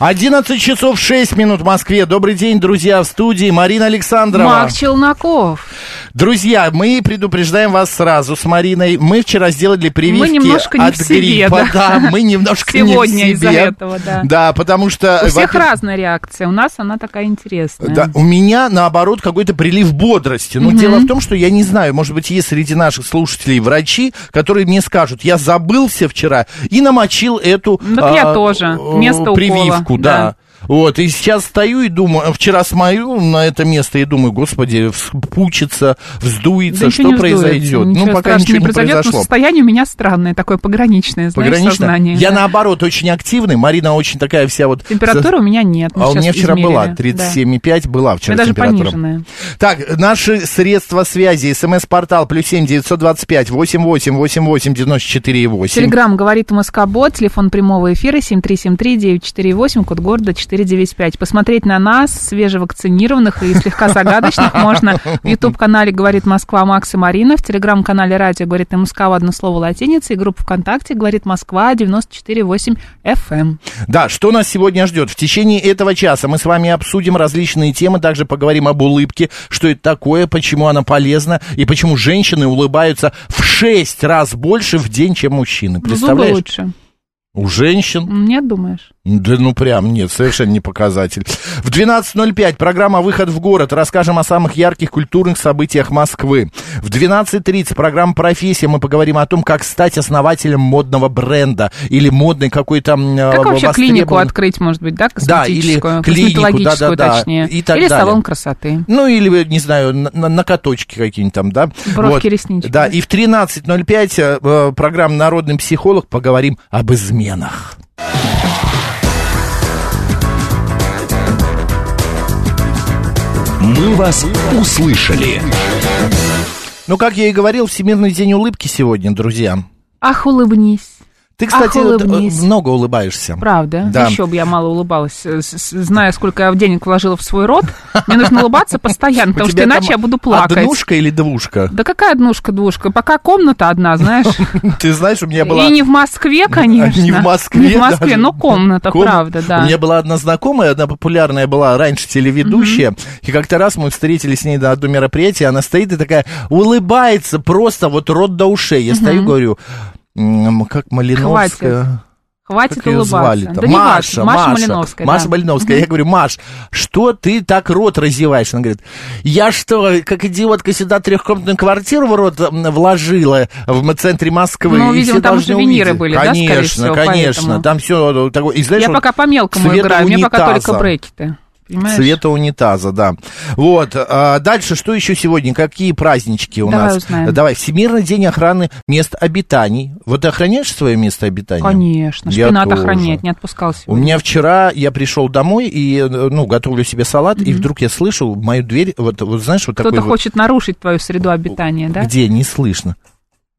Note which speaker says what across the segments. Speaker 1: 11 часов 6 минут в Москве. Добрый день, друзья, в студии Марина Александрова.
Speaker 2: Мак Челноков.
Speaker 1: Друзья, мы предупреждаем вас сразу с Мариной. Мы вчера сделали прививки
Speaker 2: Мы немножко не
Speaker 1: от
Speaker 2: в себе,
Speaker 1: гриппа.
Speaker 2: да.
Speaker 1: мы немножко
Speaker 2: Сегодня
Speaker 1: не в
Speaker 2: из-за
Speaker 1: себе.
Speaker 2: этого, да.
Speaker 1: Да, потому что...
Speaker 2: У всех
Speaker 1: во-первых,
Speaker 2: разная реакция, у нас она такая интересная.
Speaker 1: Да, у меня, наоборот, какой-то прилив бодрости. Но дело в том, что я не знаю, может быть, есть среди наших слушателей врачи, которые мне скажут, я забылся вчера и намочил эту
Speaker 2: Ну, так я тоже.
Speaker 1: э,
Speaker 2: Место укола.
Speaker 1: прививку, да.
Speaker 2: Да.
Speaker 1: Вот, и сейчас стою и думаю, а вчера смотрю на это место и думаю, господи, вспучится, вздуется,
Speaker 2: Да ничего
Speaker 1: что
Speaker 2: не вздуется, ничего
Speaker 1: произойдет. ну, пока
Speaker 2: страшного
Speaker 1: ничего не
Speaker 2: произойдет, но
Speaker 1: произошло.
Speaker 2: состояние у меня странное, такое пограничное, знаешь,
Speaker 1: Погранично.
Speaker 2: сознание.
Speaker 1: Я
Speaker 2: да.
Speaker 1: наоборот очень активный. Марина очень такая вся вот.
Speaker 2: Температура у меня нет. мы
Speaker 1: А у
Speaker 2: щас
Speaker 1: меня вчера
Speaker 2: измерили,
Speaker 1: была
Speaker 2: да.
Speaker 1: 37,5, была
Speaker 2: У меня
Speaker 1: вчера
Speaker 2: даже
Speaker 1: температура.
Speaker 2: пониженная.
Speaker 1: Так, наши средства связи, смс-портал, плюс семь девятьсот двадцать пять, восемь восемь, восемь восемь, девяносто четыре и восемь.
Speaker 2: Телеграмм говорит МСК-бот, телефон прямого эфира 7373948, код города 495. Посмотреть на нас, свежевакцинированных и слегка загадочных, можно в YouTube-канале «Говорит Москва» Макс и Марина, в Телеграм-канале «Радио» говорит МСК в одно слово латиница и группа ВКонтакте «Говорит Москва» 94.8 FM.
Speaker 1: Да, что нас сегодня ждет? В течение этого часа мы с вами обсудим различные темы, также поговорим об улыбке, что это такое, почему она полезна и почему женщины улыбаются в шесть раз больше в день, чем мужчины.
Speaker 2: Ну, Зубы
Speaker 1: Представляешь?
Speaker 2: лучше. Ну,
Speaker 1: У женщин
Speaker 2: Нет, думаешь?
Speaker 1: Да ну прям, нет, совершенно не показатель. В 12.05 программа «Выход в город». Расскажем о самых ярких культурных событиях Москвы. В 12.30 программа «Профессия». Мы поговорим о том, как стать основателем модного бренда или модной какой-то м, э,
Speaker 2: Как вообще клинику
Speaker 1: востребованной-
Speaker 2: открыть, может быть, да,
Speaker 1: Да, или
Speaker 2: косметическую,
Speaker 1: клинику,
Speaker 2: косметологическую,
Speaker 1: да-да-да,
Speaker 2: точнее,
Speaker 1: и так
Speaker 2: или
Speaker 1: далее.
Speaker 2: салон красоты.
Speaker 1: Ну, или, не знаю, на, на- накаточки какие-нибудь там, да?
Speaker 2: Бровки, реснички.
Speaker 1: Да, и в 13.05 э, э, программа «Народный психолог» поговорим об изменах.
Speaker 3: «Мы вас услышали».
Speaker 1: Ну, как я и говорил, Всемирный день улыбки сегодня, друзья.
Speaker 2: Ах, улыбнись.
Speaker 1: Ты,
Speaker 2: Ах,
Speaker 1: кстати, вот, э,
Speaker 2: улыбнись.
Speaker 1: много улыбаешься.
Speaker 2: Правда?
Speaker 1: Да.
Speaker 2: Еще бы я мало улыбалась, э, с- с- зная, сколько я денег вложила в свой рот. Мне нужно улыбаться постоянно,
Speaker 1: У
Speaker 2: потому что
Speaker 1: тебя
Speaker 2: иначе
Speaker 1: там
Speaker 2: я буду плакать.
Speaker 1: Однушка или двушка?
Speaker 2: Да какая однушка, двушка? Пока комната одна, знаешь.
Speaker 1: Ты знаешь, у меня была...
Speaker 2: И не в Москве, конечно.
Speaker 1: Не в Москве.
Speaker 2: Не в Москве,
Speaker 1: даже.
Speaker 2: но комната,
Speaker 1: Ком-
Speaker 2: правда, да.
Speaker 1: У меня была одна знакомая, одна популярная была раньше телеведущая. И как-то раз мы встретились с ней на одном мероприятии, она стоит и такая улыбается просто вот рот до ушей. Я стою и говорю, «М, как Малиновская...
Speaker 2: Хватит
Speaker 1: Как ее
Speaker 2: улыбаться.
Speaker 1: звали-то?
Speaker 2: Да не важно, Маша Малиновская.
Speaker 1: Маша
Speaker 2: да.
Speaker 1: Малиновская. Я говорю, Маш, что ты так рот разеваешь? Она говорит, я что, как идиотка сюда трехкомнатную квартиру в рот м, вложила в центре Москвы?
Speaker 2: Ну,
Speaker 1: и
Speaker 2: видимо,
Speaker 1: все
Speaker 2: там
Speaker 1: должны
Speaker 2: уже виниры
Speaker 1: увидеть».
Speaker 2: были, да, скорее
Speaker 1: конечно,
Speaker 2: всего,
Speaker 1: Конечно,
Speaker 2: поэтому.
Speaker 1: Там все такое. И знаешь,
Speaker 2: Я
Speaker 1: вот
Speaker 2: пока по мелкому
Speaker 1: цвета
Speaker 2: играю, мне пока
Speaker 1: унитаза.
Speaker 2: только брекеты. Понимаешь?
Speaker 1: Цвета унитаза, да. Вот. а, дальше, что еще сегодня? Какие празднички у
Speaker 2: Давай
Speaker 1: нас?
Speaker 2: узнаем.
Speaker 1: Давай, Всемирный день охраны мест обитаний. Вот ты охраняешь свое место обитания?
Speaker 2: Конечно,
Speaker 1: Я
Speaker 2: шпинат
Speaker 1: тоже.
Speaker 2: охранять, не отпускал
Speaker 1: У
Speaker 2: сегодня.
Speaker 1: меня вчера я пришел домой и э, ну готовлю себе салат, и вдруг я слышу в мою дверь вот, вот знаешь вот такой
Speaker 2: Кто-то
Speaker 1: вот,
Speaker 2: хочет нарушить твою среду обитания, да?
Speaker 1: где не слышно.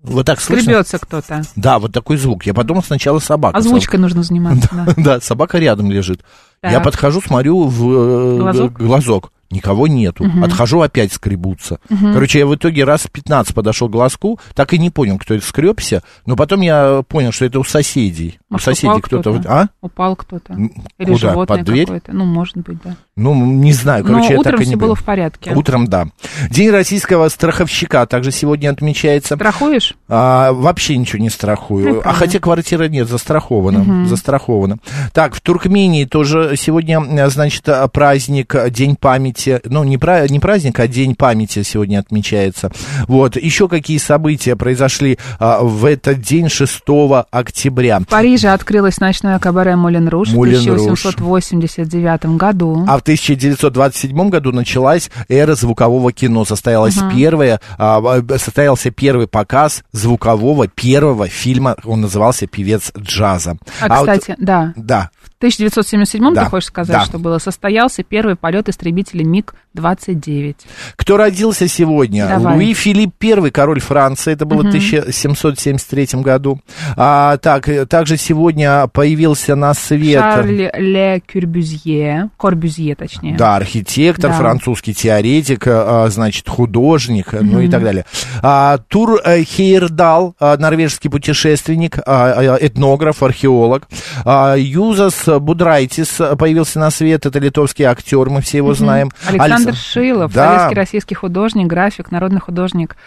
Speaker 1: Вот так слышно.
Speaker 2: Скребется кто-то.
Speaker 1: Да, вот такой звук. Я подумал сначала собака.
Speaker 2: Озвучкой нужно заниматься, да.
Speaker 1: Да, собака рядом лежит. Я
Speaker 2: Так.
Speaker 1: подхожу, смотрю в э,
Speaker 2: Глазок?
Speaker 1: глазок. Никого нету. Отхожу, опять скребутся. Короче, я в итоге раз 15 подошел к глазку, так и не понял, кто это скребся. Но потом я понял, что это у соседей.
Speaker 2: Может,
Speaker 1: у соседей
Speaker 2: упал
Speaker 1: кто-то.
Speaker 2: кто-то?
Speaker 1: вот- А?
Speaker 2: Упал кто-то.
Speaker 1: М,
Speaker 2: Или
Speaker 1: куда?
Speaker 2: животное
Speaker 1: Под дверь?
Speaker 2: какое-то. Ну, может быть, да.
Speaker 1: Ну, не знаю. Короче, я
Speaker 2: Но утром
Speaker 1: так и
Speaker 2: все
Speaker 1: не
Speaker 2: было
Speaker 1: понял.
Speaker 2: в порядке.
Speaker 1: Утром, да. День российского страховщика также сегодня отмечается.
Speaker 2: Страхуешь?
Speaker 1: А, вообще ничего не страхую.
Speaker 2: Ну, и
Speaker 1: а
Speaker 2: правильно.
Speaker 1: хотя квартира нет, застрахована. Застрахована. Так, в Туркмении тоже сегодня, э, значит, э, праздник, э, День памяти. Ну, не, пра- не праздник, а День памяти сегодня отмечается. Вот. Еще какие события произошли э, в этот день 6 октября?
Speaker 2: В Париже открылось ночное кабаре Мулен Руж в
Speaker 1: Moulin Rouge.
Speaker 2: 1889 году.
Speaker 1: А в 1927 году началась эра звукового кино. Состоялась первая, а, а, состоялся первый показ звукового первого фильма. Он назывался «Певец джаза».
Speaker 2: А,
Speaker 1: вот-
Speaker 2: кстати, да,
Speaker 1: да,
Speaker 2: в 1977
Speaker 1: Да,
Speaker 2: ты хочешь сказать,
Speaker 1: да.
Speaker 2: что было? Состоялся первый полет истребителя МиГ-29.
Speaker 1: Кто родился сегодня?
Speaker 2: Давай.
Speaker 1: Луи Филипп I, король Франции, это было в 1773 году. А, так, э, также сегодня появился на свет...
Speaker 2: Шарль Ле Кюрбюзье, Корбюзье точнее.
Speaker 1: Да, архитектор,
Speaker 2: Да.
Speaker 1: французский теоретик, э, э, значит, художник, э, ну и так далее. А, Тур э, Хейердал, э, норвежский путешественник, а, э, этнограф, археолог. А, Юзас Будрайтис появился на свет, это литовский актер, мы все его знаем.
Speaker 2: Александр
Speaker 1: Алекс-
Speaker 2: Шилов,
Speaker 1: Да.
Speaker 2: советский российский художник, график, народный художник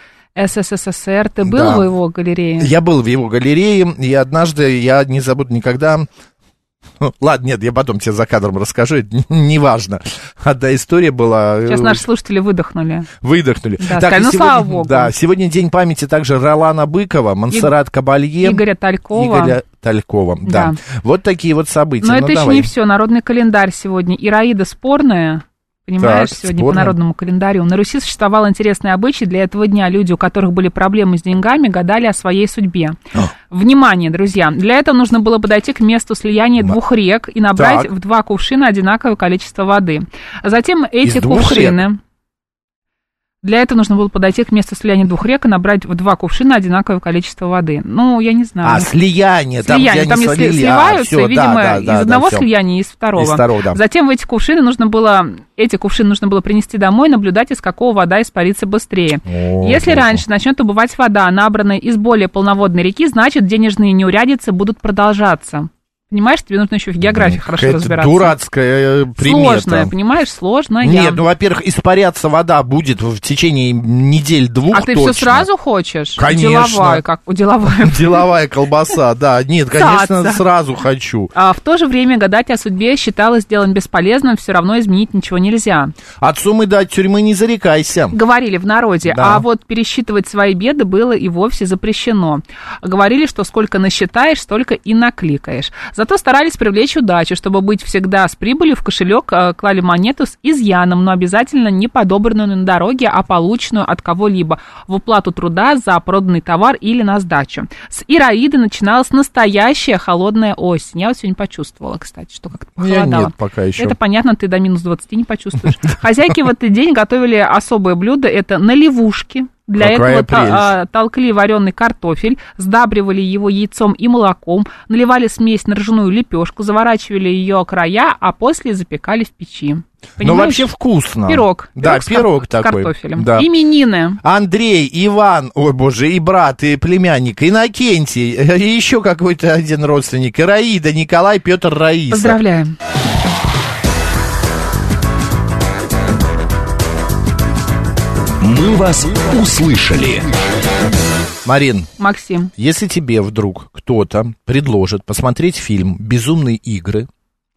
Speaker 2: СССР. Ты был
Speaker 1: Да.
Speaker 2: в его галерее?
Speaker 1: Я был в его галерее, и однажды я не забуду никогда. Ну, Ладно, нет, я потом тебе за кадром расскажу, это неважно. Одна история была.
Speaker 2: Сейчас
Speaker 1: э,
Speaker 2: наши слушатели выдохнули.
Speaker 1: Выдохнули.
Speaker 2: Да,
Speaker 1: и
Speaker 2: сказали, ну,
Speaker 1: сегодня,
Speaker 2: слава богу.
Speaker 1: Да, сегодня день памяти также Ролана Быкова, Монсеррат Кабалье,
Speaker 2: Игоря Талькова.
Speaker 1: Игоря Талькова. Да.
Speaker 2: Да.
Speaker 1: Вот такие вот события. Ну,
Speaker 2: Но это еще
Speaker 1: давай.
Speaker 2: не все. Народный календарь сегодня. Ираида спорная. Понимаешь,
Speaker 1: Так,
Speaker 2: сегодня
Speaker 1: спорная.
Speaker 2: по народному календарю. На Руси существовал интересный обычай. Для этого дня люди, у которых были проблемы с деньгами, гадали о своей судьбе. Внимание, друзья! Для этого нужно было подойти к месту слияния
Speaker 1: Ма-
Speaker 2: двух рек и набрать
Speaker 1: Так.
Speaker 2: в два кувшина одинаковое количество воды. А Затем эти
Speaker 1: двух
Speaker 2: кувшины... Для этого нужно было подойти к месту слияния двух рек и набрать в два кувшина одинаковое количество воды. Ну, я не знаю.
Speaker 1: А, слияние, там,
Speaker 2: Слияние,
Speaker 1: где
Speaker 2: там,
Speaker 1: они
Speaker 2: если
Speaker 1: слили. А,
Speaker 2: сливаются,
Speaker 1: всё, да,
Speaker 2: видимо,
Speaker 1: да, да,
Speaker 2: из
Speaker 1: да,
Speaker 2: одного
Speaker 1: всё.
Speaker 2: слияния и из второго.
Speaker 1: Из второго, да.
Speaker 2: Затем в эти кувшины нужно было, эти кувшины нужно было принести домой и наблюдать, из какого вода испарится быстрее.
Speaker 1: О,
Speaker 2: Если
Speaker 1: о, о.
Speaker 2: раньше начнет убывать вода, набранная из более полноводной реки, значит, денежные неурядицы будут продолжаться. Понимаешь, тебе нужно еще в географии хорошо
Speaker 1: Ну, Какая-то
Speaker 2: разбираться.
Speaker 1: дурацкая э, примета.
Speaker 2: Сложная, понимаешь, сложная.
Speaker 1: Нет, ну, во-первых, испаряться вода будет в течение недель-двух
Speaker 2: а ты
Speaker 1: точно.
Speaker 2: все сразу хочешь?
Speaker 1: Конечно.
Speaker 2: Деловая, как у деловая.
Speaker 1: Деловая колбаса, да. Нет, конечно,
Speaker 2: Цаца.
Speaker 1: сразу хочу.
Speaker 2: А в то же время гадать о судьбе считалось делом бесполезным, все равно изменить ничего нельзя.
Speaker 1: От суммы до тюрьмы не зарекайся.
Speaker 2: Говорили в народе,
Speaker 1: Да.
Speaker 2: а вот пересчитывать свои беды было и вовсе запрещено. Говорили, что сколько насчитаешь, столько и накликаешь. Зато старались привлечь удачу, чтобы быть всегда с прибылью в кошелек, э, клали монету с изъяном, но обязательно не подобранную на дороге, а полученную от кого-либо в уплату труда за проданный товар или на сдачу. С Ираиды начиналась настоящая холодная осень. Я вот сегодня почувствовала, кстати, что как-то
Speaker 1: Я
Speaker 2: похолодало.
Speaker 1: нет пока еще.
Speaker 2: Это понятно, ты до минус 20 не почувствуешь. Хозяйки в этот день готовили особое блюдо. Это наливушки. Для
Speaker 1: Какая
Speaker 2: этого та-
Speaker 1: прелесть.
Speaker 2: а, толкли вареный картофель, сдабривали его яйцом и молоком, наливали смесь на ржаную лепешку, заворачивали ее края, а после запекали в печи.
Speaker 1: Ну,
Speaker 2: Понимаешь?
Speaker 1: вообще вкусно.
Speaker 2: Пирог.
Speaker 1: Да,
Speaker 2: с кар-
Speaker 1: пирог
Speaker 2: с
Speaker 1: такой.
Speaker 2: картофелем.
Speaker 1: Да.
Speaker 2: Именины.
Speaker 1: Андрей, Иван, ой боже, и брат, и племянник, Иннокентий, и еще какой-то один родственник, Ираида, Николай, Петр, Раиса.
Speaker 2: Поздравляем.
Speaker 3: «Мы вас услышали».
Speaker 1: Марин,
Speaker 2: Максим.
Speaker 1: если тебе вдруг кто-то предложит посмотреть фильм «Безумные игры»,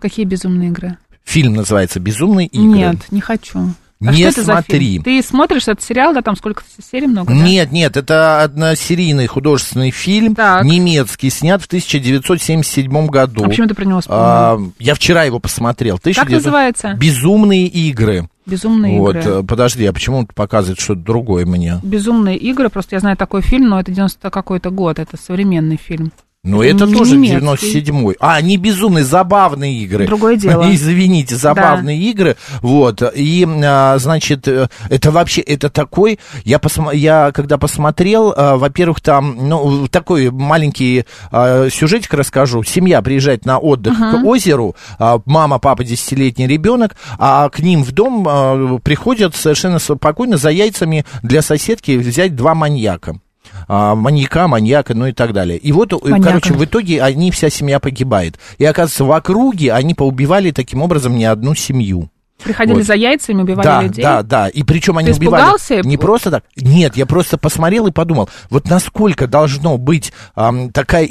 Speaker 2: Какие безумные игры?
Speaker 1: фильм называется «Безумные игры».
Speaker 2: Нет, не хочу. А
Speaker 1: Не
Speaker 2: что это за
Speaker 1: смотри.
Speaker 2: фильм? Ты смотришь этот сериал, да, там сколько серий много? да?
Speaker 1: Нет, нет, это односерийный художественный фильм,
Speaker 2: Так.
Speaker 1: немецкий, снят в 1977 году.
Speaker 2: А почему ты про него вспомнил?
Speaker 1: А, я вчера его посмотрел.
Speaker 2: Как
Speaker 1: 1900
Speaker 2: называется?
Speaker 1: Безумные игры.
Speaker 2: Безумные
Speaker 1: вот,
Speaker 2: игры.
Speaker 1: э, подожди, а почему он показывает что-то другое мне?
Speaker 2: Безумные игры, просто я знаю такой фильм, но это 90 какой-то год, это современный фильм.
Speaker 1: Ну,
Speaker 2: Это
Speaker 1: это
Speaker 2: не
Speaker 1: тоже
Speaker 2: немецкий.
Speaker 1: 97-й. А, не безумные, забавные игры.
Speaker 2: Другое дело.
Speaker 1: Извините, забавные игры. Вот. И, а, значит, э, это вообще, это такой... Я, посма- я когда посмотрел, а, во-первых, там, ну, такой маленький а, сюжетик расскажу. Семья приезжает на отдых к озеру. а, Мама, папа, десятилетний ребенок. А к ним в дом а, приходят совершенно спокойно за яйцами для соседки взять два маньяка. А, маньяка, маньяка, ну и так далее. И вот, э,
Speaker 2: Маньяка.
Speaker 1: короче, в итоге они, вся семья погибает. И оказывается, в округе они поубивали таким образом не одну семью.
Speaker 2: Приходили
Speaker 1: Вот.
Speaker 2: за яйцами, убивали
Speaker 1: да,
Speaker 2: людей.
Speaker 1: да, да. И причем они
Speaker 2: Ты
Speaker 1: убивали
Speaker 2: испугался?
Speaker 1: не просто так. Нет, я просто посмотрел и подумал, вот насколько должно быть ам, такая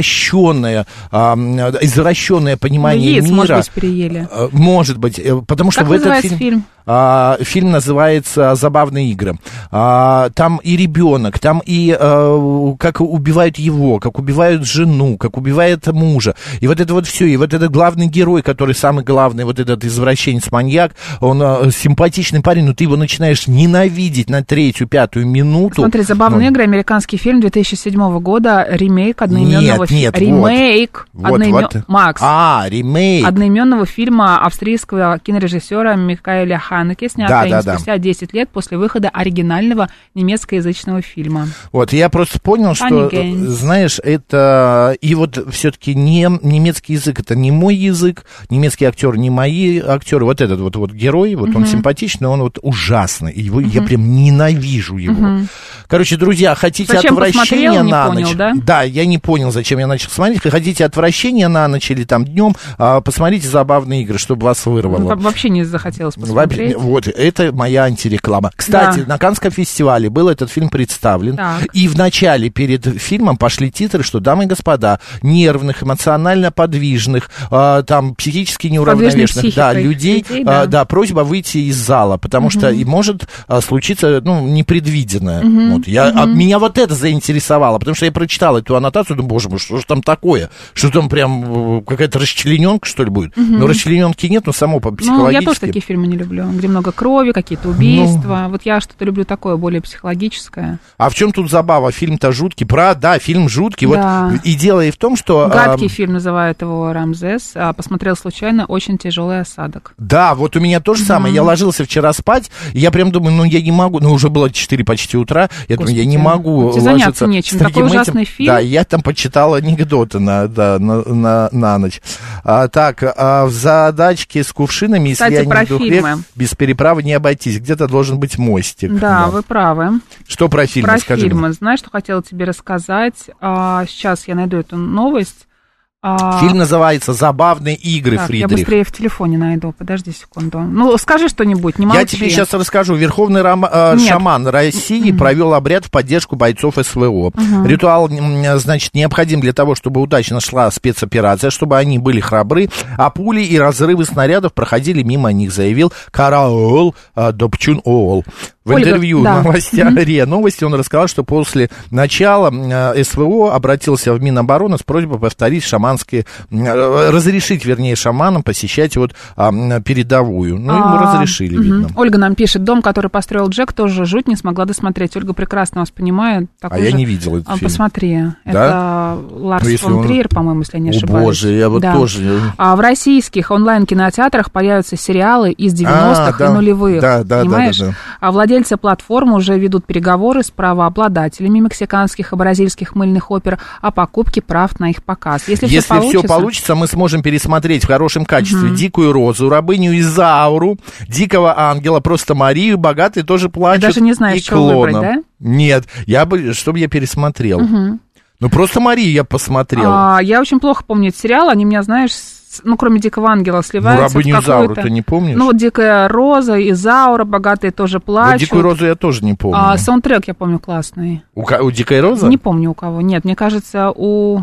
Speaker 1: извращенная, ам, извращенное
Speaker 2: Ну,
Speaker 1: понимание
Speaker 2: яиц,
Speaker 1: мира.
Speaker 2: может быть, переели.
Speaker 1: Э, Может быть, э, потому что
Speaker 2: Как
Speaker 1: в этот
Speaker 2: называется
Speaker 1: фильм,
Speaker 2: фильм?
Speaker 1: А, фильм называется "Забавные игры". А, там и ребенок, там и э, как убивают его, как убивают жену, как убивает мужа, и вот это вот все, и вот этот главный герой, который самый главный, вот этот извращенец маньяк, он э, симпатичный парень, но ты его начинаешь ненавидеть на третью, пятую минуту.
Speaker 2: Смотри, забавные
Speaker 1: Ну,
Speaker 2: игры, американский фильм 2007 года, ремейк одноименного
Speaker 1: Нет,
Speaker 2: фи-
Speaker 1: нет, вот.
Speaker 2: ремейк
Speaker 1: вот,
Speaker 2: одноимен-
Speaker 1: вот.
Speaker 2: Макс.
Speaker 1: А, ремейк.
Speaker 2: одноименного фильма австрийского кинорежиссера Микаэля Ханеке, снятого
Speaker 1: Да,
Speaker 2: им
Speaker 1: да, да.
Speaker 2: спустя 10 лет после выхода оригинального немецкоязычного фильма.
Speaker 1: Вот, я просто понял, что,
Speaker 2: Funny game.
Speaker 1: знаешь, это... И вот все-таки не, немецкий язык, это не мой язык, немецкие актеры не мои актеры. Вот этот вот, вот герой, вот он симпатичный, он вот ужасный. И Его, Я прям ненавижу его. Короче, друзья, хотите
Speaker 2: Зачем
Speaker 1: отвращения
Speaker 2: посмотрел, не
Speaker 1: на
Speaker 2: понял,
Speaker 1: ночь?
Speaker 2: да?
Speaker 1: я не понял, зачем я начал смотреть. Хотите отвращения на ночь или там днем, посмотрите забавные игры, чтобы вас вырвало.
Speaker 2: Ну, там вообще не захотелось
Speaker 1: Вообще,
Speaker 2: посмотреть.
Speaker 1: Вот, это моя антиреклама. Кстати,
Speaker 2: Да.
Speaker 1: на Канском фестивале был этот фильм представлен.
Speaker 2: Так.
Speaker 1: И в начале перед фильмом пошли титры, что, дамы и господа, нервных, эмоционально подвижных, а, там, психически неуравновешенных да,
Speaker 2: психикой
Speaker 1: людей,
Speaker 2: людей,
Speaker 1: а,
Speaker 2: да.
Speaker 1: да, просьба выйти из зала, потому что и может а, случиться, ну, непредвиденное. Вот, я, а меня вот это заинтересовало, потому что я прочитал эту аннотацию, думаю, боже мой, что же там такое? Что там прям э, какая-то расчлененка, что ли, будет? Ну, расчлененки нет, но само по
Speaker 2: Ну,
Speaker 1: психологически. Ну.
Speaker 2: я тоже такие фильмы не люблю, где много крови, какие-то убийства. Вот я что-то люблю такое, более психологическое.
Speaker 1: А в чем тут забава? Фильм-то жуткий. Про, да, фильм жуткий.
Speaker 2: Да.
Speaker 1: Вот и дело и в том, что...
Speaker 2: Гадкий
Speaker 1: эм,
Speaker 2: фильм называют его Рамзес. а Посмотрел случайно, очень тяжелый осадок.
Speaker 1: Да, вот у меня то же самое. Я ложился вчера спать, и я прям думаю, ну я не могу, ну уже было 4 почти утра, я думаю, я не
Speaker 2: Господи,
Speaker 1: могу
Speaker 2: вот тебе
Speaker 1: ложиться
Speaker 2: заняться нечем.
Speaker 1: с
Speaker 2: Такой
Speaker 1: таким
Speaker 2: ужасный
Speaker 1: этим.
Speaker 2: фильм.
Speaker 1: Да, я там почитал анекдоты на, да, на, на, на ночь. А, так, а в задачке с кувшинами, если
Speaker 2: Кстати,
Speaker 1: я не
Speaker 2: про
Speaker 1: вдруг
Speaker 2: фильмы.
Speaker 1: лег, без переправы не обойтись. Где-то должен быть мостик.
Speaker 2: Да, вы правы.
Speaker 1: Что про фильмы,
Speaker 2: Про
Speaker 1: скажи мне?
Speaker 2: фильмы. Знаешь, что хотела тебе рассказать? А, сейчас я найду эту новость. А,
Speaker 1: Фильм называется «Забавные игры»,
Speaker 2: так, я
Speaker 1: Фридрих.
Speaker 2: быстрее в телефоне найду. Подожди секунду. Ну, скажи что-нибудь, не молчи.
Speaker 1: Я тебе сейчас расскажу. Верховный рам- э,
Speaker 2: Нет.
Speaker 1: шаман России провел обряд в поддержку бойцов СВО. Ритуал, м, значит, необходим для того, чтобы удачно шла спецоперация, чтобы они были храбры, а пули и разрывы снарядов проходили мимо них, заявил Караол э, Добчун Оол. В
Speaker 2: Ольга,
Speaker 1: интервью
Speaker 2: да.
Speaker 1: новости а, РИА Новости он рассказал, что после начала м, э, СВО обратился в Минобороны с просьбой повторить шаманские, м, э, разрешить, вернее, шаманам посещать вот а, м, передовую. Ну, ему
Speaker 2: А,
Speaker 1: разрешили,
Speaker 2: мгм.
Speaker 1: видно.
Speaker 2: Ольга нам пишет, дом, который построил Джек, тоже жуть, не смогла досмотреть. Ольга прекрасно вас понимает.
Speaker 1: А
Speaker 2: такой
Speaker 1: я
Speaker 2: же-
Speaker 1: не видел этот
Speaker 2: А,
Speaker 1: фильм.
Speaker 2: Посмотри, это Ларс
Speaker 1: Ну, если
Speaker 2: фон
Speaker 1: он-
Speaker 2: Триер, по-моему, если я не
Speaker 1: О,
Speaker 2: ошибаюсь.
Speaker 1: боже, я вот
Speaker 2: Да.
Speaker 1: тоже...
Speaker 2: А в российских онлайн-кинотеатрах появятся сериалы из 90-х
Speaker 1: А, да.
Speaker 2: и нулевых.
Speaker 1: Да, да, да, да,
Speaker 2: понимаешь?
Speaker 1: да.
Speaker 2: А владельцы платформы уже ведут переговоры с правообладателями мексиканских и бразильских мыльных опер о покупке прав на их показ. Если,
Speaker 1: Если
Speaker 2: все получится...
Speaker 1: все получится, мы сможем пересмотреть в хорошем качестве «Дикую розу», «Рабыню Изауру», «Дикого ангела», «Просто Марию», «Богатый тоже плачет»
Speaker 2: даже не знаешь,
Speaker 1: и
Speaker 2: что выбрать,
Speaker 1: «Клона».
Speaker 2: да?
Speaker 1: Нет, я бы, чтобы я пересмотрел. Ну, «Просто Марию» я посмотрел.
Speaker 2: А, я очень плохо помню этот сериал, они меня, знаешь, с- ну, кроме Дикого Ангела,
Speaker 1: ну,
Speaker 2: сливаются
Speaker 1: «Рабыню
Speaker 2: в какую-то...
Speaker 1: Изауру» ты не помнишь?
Speaker 2: Ну, вот Дикая Роза, Изаура, Богатые тоже
Speaker 1: Вот
Speaker 2: плачут.
Speaker 1: «Дикую розу» я тоже не помню.
Speaker 2: А, саундтрек, я помню, классный.
Speaker 1: У, ка- у «Дикой розы»?
Speaker 2: Не помню у кого. Нет, мне кажется, у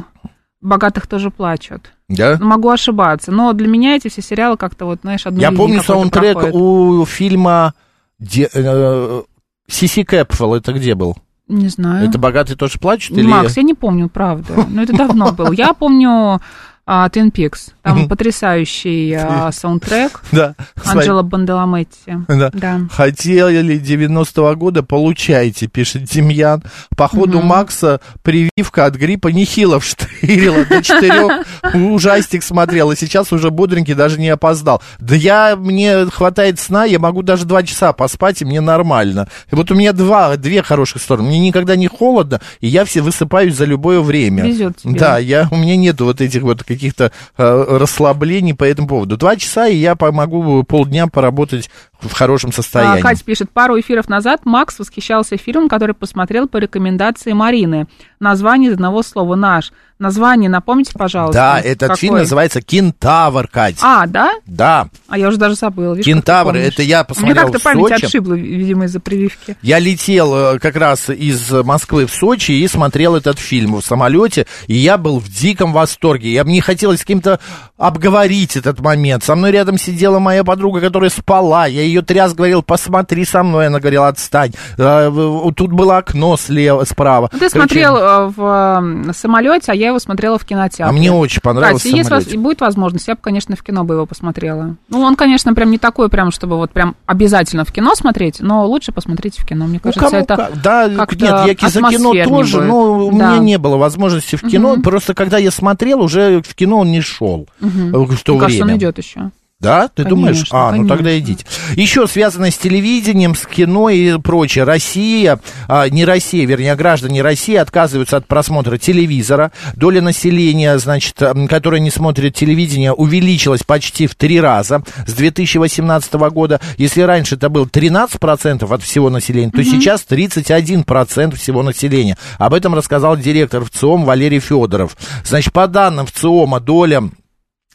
Speaker 2: богатых тоже плачут. Ну,
Speaker 1: Да?
Speaker 2: Могу ошибаться, но для меня эти все сериалы как-то вот, знаешь, одну
Speaker 1: я
Speaker 2: линию
Speaker 1: помню
Speaker 2: какую-то
Speaker 1: саундтрек
Speaker 2: проходят.
Speaker 1: у фильма «Де- э, «Сиси Кэпфелл». Это где был?
Speaker 2: Не знаю.
Speaker 1: Это «Богатый тоже плачет» или...
Speaker 2: Э? Макс, я не помню, правда. Но это давно был. Я помню а, Twin Peaks. Там потрясающий а, саундтрек.
Speaker 1: Да. смотри.
Speaker 2: Анджела Банделаметти.
Speaker 1: Да.
Speaker 2: Да.
Speaker 1: Хотели 90-го года, получайте, пишет Демьян. По ходу Макса прививка от гриппа нехило вштырила до четырех. Ужастик смотрел, и сейчас уже бодренький, даже не опоздал. Да я, мне хватает сна, я могу даже два часа поспать, и мне нормально. И вот у меня два, две хороших стороны. Мне никогда не холодно, и я все высыпаюсь за любое время.
Speaker 2: Везет тебе.
Speaker 1: Да, я, у меня нету вот этих вот а, каких-то э, расслаблений по этому поводу. Два часа, и я по- могу полдня поработать в хорошем
Speaker 2: А,
Speaker 1: состоянии.
Speaker 2: Кать пишет, пару эфиров назад Макс восхищался фильмом, который посмотрел по рекомендации Марины. Название из одного слова «Наш». Название напомните, пожалуйста.
Speaker 1: да, этот
Speaker 2: Какой?
Speaker 1: фильм называется «Кентавр», Кать.
Speaker 2: А, да?
Speaker 1: Да,
Speaker 2: А я уже даже забыла. видишь, как ты
Speaker 1: «Кентавр»,
Speaker 2: помнишь.
Speaker 1: это я
Speaker 2: У меня
Speaker 1: посмотрел
Speaker 2: как-то
Speaker 1: в
Speaker 2: память
Speaker 1: Сочи.
Speaker 2: отшибла, видимо, из-за прививки.
Speaker 1: Я летел э, как раз из Москвы в Сочи и смотрел этот фильм в самолете, и я был в диком восторге. Я мне хотелось с кем-то обговорить этот момент. Со мной рядом сидела моя подруга, которая спала. Я ее тряс, говорил, посмотри со мной. Она говорила, отстань. Э, в- Тут было окно слева, справа.
Speaker 2: Ну, ты
Speaker 1: Короче,
Speaker 2: смотрел э, в э, самолете, а я его смотрела в кинотеатре.
Speaker 1: А мне очень понравился
Speaker 2: Катя, есть воз-
Speaker 1: самолетик.
Speaker 2: будет возможность, я бы, конечно, в кино бы его посмотрела. Ну, он, конечно, прям не такой, прям, чтобы вот прям обязательно в кино смотреть, но лучше посмотреть в кино. Мне
Speaker 1: Ну,
Speaker 2: кажется,
Speaker 1: кому
Speaker 2: это
Speaker 1: как. да,
Speaker 2: как-то
Speaker 1: нет, я ки- за кино
Speaker 2: атмосфернее
Speaker 1: тоже,
Speaker 2: будет.
Speaker 1: но у
Speaker 2: Да.
Speaker 1: меня не было возможности в кино. Просто когда я смотрел, уже в кино он не шел э, в то
Speaker 2: Мне кажется, он
Speaker 1: время.
Speaker 2: идет еще.
Speaker 1: Да, ты
Speaker 2: Конечно,
Speaker 1: думаешь? А, ну тогда
Speaker 2: конечно.
Speaker 1: идите. Еще связано с телевидением, с кино и прочее. Россия, а, не Россия, вернее, граждане России отказываются от просмотра телевизора. Доля населения, значит, м, которое не смотрит телевидение, увеличилась почти в три раза с 2018 года. Если раньше это было 13% от всего населения, то сейчас 31% всего населения. Об этом рассказал директор ВЦИОМ Валерий Федоров. Значит, по данным ВЦИОМа, доля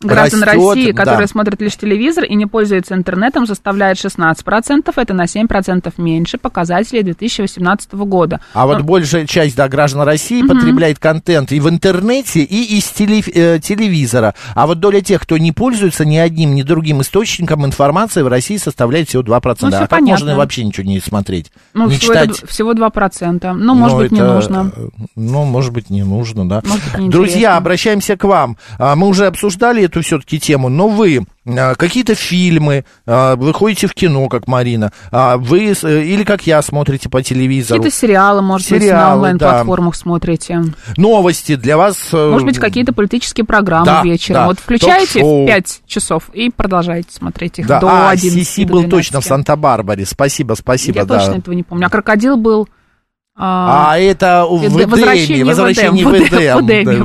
Speaker 2: Граждан
Speaker 1: Растет,
Speaker 2: России,
Speaker 1: да.
Speaker 2: которые смотрят лишь телевизор и не пользуются интернетом, составляет 16%. Это на 7% меньше показателей 2018 года.
Speaker 1: А вот большая часть да, граждан России потребляет контент и в интернете, и из теле- э, телевизора. А вот доля тех, кто не пользуется ни одним, ни другим источником информации в России составляет всего 2%.
Speaker 2: Ну, всё
Speaker 1: а как
Speaker 2: понятно.
Speaker 1: можно вообще ничего не смотреть?
Speaker 2: Ну,
Speaker 1: не
Speaker 2: всего,
Speaker 1: читать?
Speaker 2: это д- всего 2%. Ну, может
Speaker 1: Но
Speaker 2: быть, не
Speaker 1: это,
Speaker 2: нужно.
Speaker 1: э, Ну, может быть, не нужно, да.
Speaker 2: Может быть, неинтересно.
Speaker 1: Друзья, обращаемся к вам. А, Мы уже обсуждали эту все-таки тему, но вы а, какие-то фильмы, а, вы ходите в кино, как Марина, а, вы с- э, или как я смотрите по телевизору.
Speaker 2: Какие-то сериалы, может быть, на
Speaker 1: Сериалы,
Speaker 2: онлайн-платформах смотрите.
Speaker 1: Новости для вас. э,
Speaker 2: Может быть, какие-то политические программы
Speaker 1: да,
Speaker 2: вечером.
Speaker 1: да.
Speaker 2: Вот включаете
Speaker 1: Ток-шоу.
Speaker 2: в 5 часов и продолжаете смотреть их
Speaker 1: Да,
Speaker 2: до
Speaker 1: а,
Speaker 2: 11
Speaker 1: Сиси
Speaker 2: до
Speaker 1: был точно в
Speaker 2: 12.
Speaker 1: Санта-Барбаре. Спасибо, спасибо,
Speaker 2: Я
Speaker 1: да.
Speaker 2: точно этого не помню. А крокодил был... а,
Speaker 1: А это в
Speaker 2: это
Speaker 1: Эдеме, возвращение в Эдем.
Speaker 2: Эдем.
Speaker 1: Да,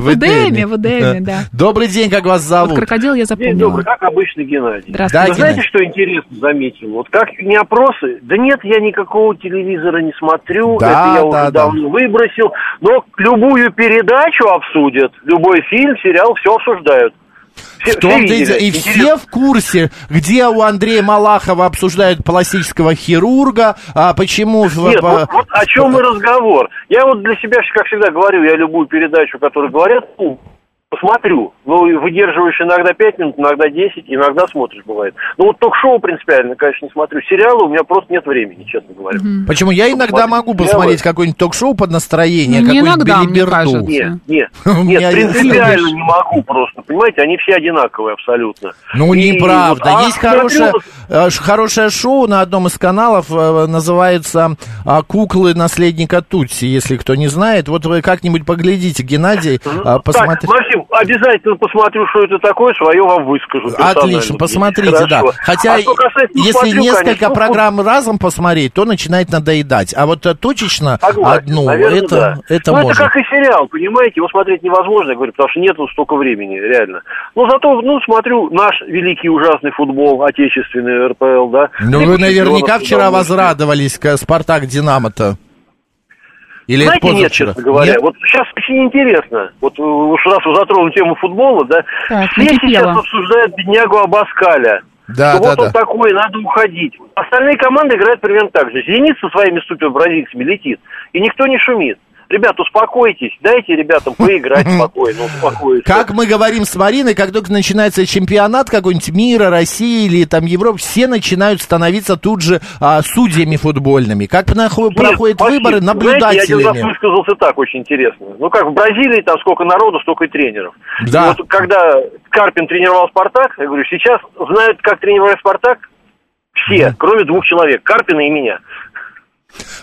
Speaker 2: В Эдеме, в Эдеме, да.
Speaker 1: Добрый день, как вас
Speaker 2: Вот
Speaker 1: зовут?
Speaker 2: крокодил я
Speaker 4: День
Speaker 2: запомнила.
Speaker 4: добрый, как обычно, Геннадий.
Speaker 2: Здравствуйте.
Speaker 1: ну, Да,
Speaker 4: Вы знаете, что интересно заметил? Вот как не опросы, да нет, я никакого телевизора не смотрю,
Speaker 1: Да,
Speaker 4: это я
Speaker 1: да,
Speaker 4: уже
Speaker 1: да.
Speaker 4: давно выбросил, но любую передачу обсудят, любой фильм, сериал, все обсуждают. Все,
Speaker 1: В том-то и
Speaker 4: видели.
Speaker 1: дело. и все
Speaker 4: Интересно.
Speaker 1: в курсе, где у Андрея Малахова обсуждают пластического хирурга, а почему... в-
Speaker 4: Нет,
Speaker 1: по-
Speaker 4: вот, вот о чем и разговор. Я вот для себя, как всегда говорю, я любую передачу, которую говорят, ну, смотрю. Ну, и выдерживаешь иногда 5 минут, иногда 10, иногда смотришь, бывает. Ну, вот ток-шоу принципиально, конечно, не смотрю. Сериалы у меня просто нет времени, честно говоря.
Speaker 1: Почему? Я иногда могу посмотреть какое-нибудь ток-шоу под настроение,
Speaker 2: Ну, не
Speaker 1: какую-нибудь
Speaker 2: иногда, мне
Speaker 1: белиберду.
Speaker 2: кажется.
Speaker 4: Нет, нет,
Speaker 1: У меня
Speaker 4: нет,
Speaker 1: есть
Speaker 4: принципиально
Speaker 1: любишь.
Speaker 4: не могу просто, понимаете, они все одинаковые абсолютно.
Speaker 1: Ну,
Speaker 4: И
Speaker 1: неправда.
Speaker 4: вот, а
Speaker 1: Есть
Speaker 4: смотрю,
Speaker 1: хорошее,
Speaker 4: вот,
Speaker 1: э, ш- хорошее шоу на одном из каналов, э, называется а, «Куклы наследника Тутси», если кто не знает. Вот вы как-нибудь поглядите, Геннадий, а, посмотри-
Speaker 4: Ну, Так, Максим, обязательно посмотрю, что это такое, свое вам выскажу. персонально.
Speaker 1: Отлично, посмотрите,
Speaker 4: ну, Хорошо.
Speaker 1: да. Хотя,
Speaker 4: А что касается, ну,
Speaker 1: если
Speaker 4: смотрю,
Speaker 1: несколько
Speaker 4: конечно, ну,
Speaker 1: программ разом посмотреть, то начинает надоедать. А вот э, точечно
Speaker 4: ну, Согласен,
Speaker 1: одну,
Speaker 4: наверное,
Speaker 1: это,
Speaker 4: да.
Speaker 1: это
Speaker 4: Ну,
Speaker 1: можно.
Speaker 4: это как и сериал, понимаете, его смотреть невозможно, я говорю, потому что нету столько времени, реально. Но зато, ну, смотрю наш великий ужасный футбол, отечественный РПЛ, да.
Speaker 1: Ну, вы
Speaker 4: Тысяча
Speaker 1: наверняка
Speaker 4: миллионов
Speaker 1: вчера
Speaker 4: удовольствий.
Speaker 1: возрадовались к «Спартак Динамо»-то. Или это
Speaker 4: Знаете, нет,
Speaker 1: позавчера?
Speaker 4: честно говоря.
Speaker 1: Нет?
Speaker 4: Вот сейчас очень интересно. Вот э, уж раз вы затронули тему футбола, да,
Speaker 2: Так,
Speaker 4: все сейчас
Speaker 2: накипело.
Speaker 4: обсуждают беднягу Абаскаля.
Speaker 1: Да,
Speaker 4: что
Speaker 1: да,
Speaker 4: вот он
Speaker 1: да.
Speaker 4: такой, надо уходить. Остальные команды играют примерно так же. Зенит со своими супербразильцами летит, и никто не шумит. Ребят, успокойтесь, дайте ребятам поиграть спокойно, успокоиться.
Speaker 1: Как мы говорим с Мариной, как только начинается чемпионат какой-нибудь мира, России или там Европы, все начинают становиться тут же а, судьями футбольными. Как нахо-
Speaker 4: Нет,
Speaker 1: проходят
Speaker 4: Максим,
Speaker 1: выборы
Speaker 4: Знаете, я один раз
Speaker 1: наблюдателями.
Speaker 4: высказался так, очень интересно. Ну, как в Бразилии, там сколько народу, столько и тренеров.
Speaker 1: Да.
Speaker 4: И вот когда Карпин тренировал «Спартак», я говорю, сейчас знают, как тренировали «Спартак» все, кроме двух человек, Карпина и меня.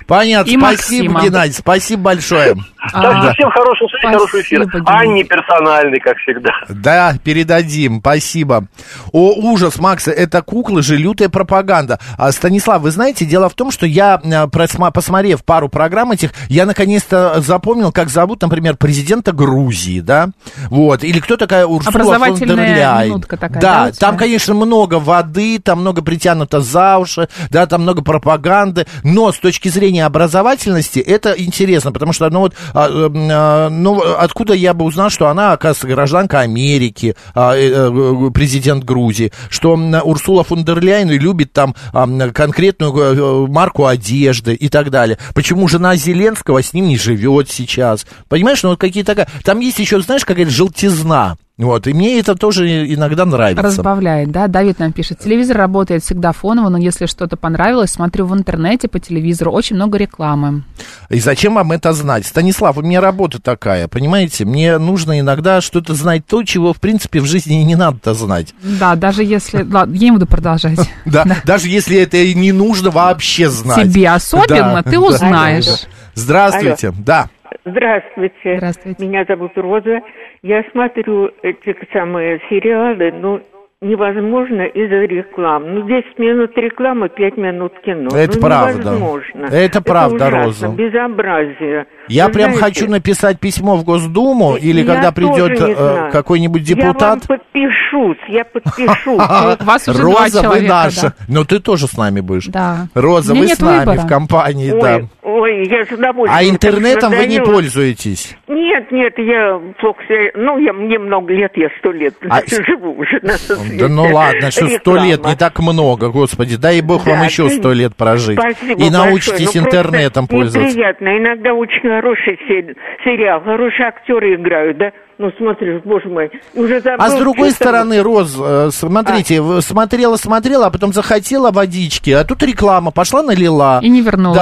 Speaker 1: Понятно.
Speaker 2: И
Speaker 1: спасибо,
Speaker 2: Максима.
Speaker 1: Геннадий. Спасибо большое.
Speaker 4: Так что
Speaker 2: А.
Speaker 4: всем хорошего настроения, хорошего эфира.
Speaker 2: Спасибо, Денис.
Speaker 4: Анне персональный, как всегда.
Speaker 1: Да, передадим, спасибо. О, ужас, Макс, это куклы же, лютая пропаганда. А, Станислав, вы знаете, дело в том, что я, э, просма- посмотрев пару программ этих, я наконец-то запомнил, как зовут, например, президента Грузии, да? Вот, или кто такая Урсула фон дер
Speaker 2: Образовательная
Speaker 1: Ляйн.
Speaker 2: минутка такая, да,
Speaker 1: Да,
Speaker 2: у тебя?
Speaker 1: там, конечно, много воды, там много притянуто за уши, да, там много пропаганды, но с точки зрения образовательности это интересно, потому что, ну вот, а, эм, а, ну, откуда я бы узнал, что она, оказывается, гражданка Америки, а, э, э, президент Грузии, что м, Урсула фон дер Ляйен любит там а, м, конкретную э, марку одежды и так далее. Почему жена Зеленского с ним не живет сейчас? Понимаешь, ну вот какие-то... ка- Там есть еще, знаешь, какая-то желтизна. Вот, и мне это тоже иногда нравится.
Speaker 2: Разбавляет, да. Давид нам пишет, телевизор работает всегда фоново, но если что-то понравилось, смотрю в интернете по телевизору, очень много рекламы.
Speaker 1: И зачем вам это знать? Станислав, у меня работа такая, понимаете? Мне нужно иногда что-то знать то, чего, в принципе, в жизни и не надо знать.
Speaker 2: Да, даже если... Ладно, я не буду продолжать.
Speaker 1: Да, Даже если это и не нужно вообще знать.
Speaker 2: Тебе особенно,
Speaker 1: Да,
Speaker 2: ты
Speaker 1: да.
Speaker 2: узнаешь.
Speaker 1: Здравствуйте. Да.
Speaker 5: Здравствуйте.
Speaker 2: Здравствуйте.
Speaker 5: Меня зовут Роза. Я смотрю эти самые сериалы, ну, невозможно из-за рекламы. Ну, 10 минут рекламы, 5 минут кино.
Speaker 1: Это
Speaker 5: Ну,
Speaker 1: правда.
Speaker 5: Невозможно.
Speaker 1: Это правда,
Speaker 5: ужасно,
Speaker 1: Роза.
Speaker 5: Безобразие.
Speaker 1: Я
Speaker 5: Вы
Speaker 1: прям
Speaker 5: знаете,
Speaker 1: хочу написать письмо в Госдуму, или
Speaker 5: я
Speaker 1: когда придет
Speaker 5: тоже не
Speaker 1: э,
Speaker 5: знаю.
Speaker 1: какой-нибудь
Speaker 5: Я вам
Speaker 1: депутат.
Speaker 5: подпишусь, я подпишусь.
Speaker 2: У вас уже два
Speaker 1: Роза, вы
Speaker 2: человека,
Speaker 1: наша.
Speaker 2: да.
Speaker 1: Но ты тоже с нами будешь.
Speaker 2: Да.
Speaker 1: Роза,
Speaker 2: У меня
Speaker 1: вы
Speaker 2: нет
Speaker 1: с нами
Speaker 2: выбора.
Speaker 1: в компании, да.
Speaker 5: Ой, ой, я с удовольствием.
Speaker 1: А
Speaker 5: так
Speaker 1: интернетом вы не
Speaker 5: продаю.
Speaker 1: пользуетесь.
Speaker 5: Нет, нет, я плохо себя... Ну, я, мне много лет, я сто лет
Speaker 1: А,
Speaker 5: живу уже на
Speaker 1: Да ну ладно, что сто лет, не так много, господи. Дай бог вам
Speaker 5: Да,
Speaker 1: еще
Speaker 5: ты-
Speaker 1: сто лет прожить.
Speaker 5: Спасибо
Speaker 1: и
Speaker 5: большое.
Speaker 1: научитесь
Speaker 5: Ну, просто
Speaker 1: интернетом пользоваться.
Speaker 5: Неприятно. Иногда очень хороший се- сериал, хорошие актеры играют, да? Ну, смотришь, боже мой, уже забыл.
Speaker 1: А с другой
Speaker 5: что там.
Speaker 1: стороны, Роз, э, смотрите, вы смотрела, смотрела, а потом захотела водички, а тут реклама пошла, налила.
Speaker 2: И не вернулась.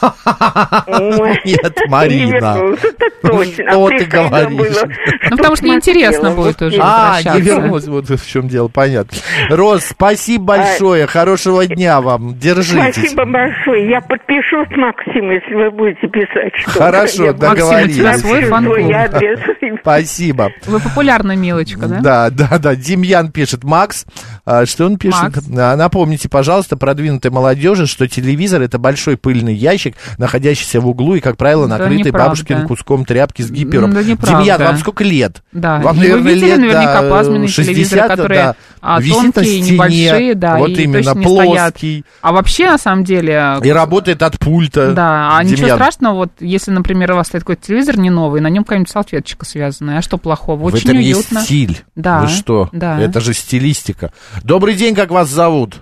Speaker 5: Ой,
Speaker 1: Нет,
Speaker 5: не
Speaker 1: Марина.
Speaker 5: вернулся, это точно.
Speaker 1: Что
Speaker 5: А
Speaker 1: ты
Speaker 5: стыдно
Speaker 1: говоришь?
Speaker 5: было,
Speaker 2: Ну,
Speaker 5: что
Speaker 2: потому что неинтересно
Speaker 5: смотрела.
Speaker 2: будет уже
Speaker 1: А, не
Speaker 2: возвращаться.
Speaker 1: вернулась, вот в чем дело, понятно. Роз, спасибо большое, хорошего дня вам, держитесь.
Speaker 5: А. Спасибо большое. Я подпишусь, Максим, если вы будете писать что
Speaker 1: Хорошо,
Speaker 2: Максим,
Speaker 5: я
Speaker 2: у тебя
Speaker 1: договорились.
Speaker 2: свой
Speaker 5: подпишу свой
Speaker 2: фан-клуб.
Speaker 5: адрес.
Speaker 1: Спасибо.
Speaker 2: Вы популярна, милочка, да?
Speaker 1: Да, да, да. Демьян пишет. Макс, а, что он пишет?
Speaker 2: Макс.
Speaker 1: А, Напомните, пожалуйста, продвинутой молодежи, что телевизор это большой пыльный ящик, находящийся в углу и, как правило,
Speaker 2: Да
Speaker 1: накрытый
Speaker 2: неправда.
Speaker 1: бабушкин куском тряпки с гипером.
Speaker 2: Да неправда.
Speaker 1: Демьян, вам сколько лет?
Speaker 2: Да.
Speaker 1: Вам,
Speaker 2: И вы видели
Speaker 1: лет,
Speaker 2: наверняка
Speaker 1: да,
Speaker 2: плазменные телевизоры,
Speaker 1: 60,
Speaker 2: которые
Speaker 1: да.
Speaker 2: а,
Speaker 1: Висит на
Speaker 2: тонкие,
Speaker 1: стене,
Speaker 2: небольшие, да,
Speaker 1: Вот
Speaker 2: и
Speaker 1: именно,
Speaker 2: точно не стоят.
Speaker 1: плоский.
Speaker 2: А вообще, на самом деле...
Speaker 1: И работает от пульта.
Speaker 2: Да, а ничего
Speaker 1: Демьян.
Speaker 2: страшного, вот если, например, у вас стоит какой-то телевизор не новый, на нем какая-нибудь салфеточка связанная, а что плохого?
Speaker 1: В
Speaker 2: Очень
Speaker 1: этом
Speaker 2: уютно.
Speaker 1: есть стиль.
Speaker 2: Да,
Speaker 1: Вы что?
Speaker 2: да.
Speaker 1: Это же стилистика. Добрый день, как вас зовут?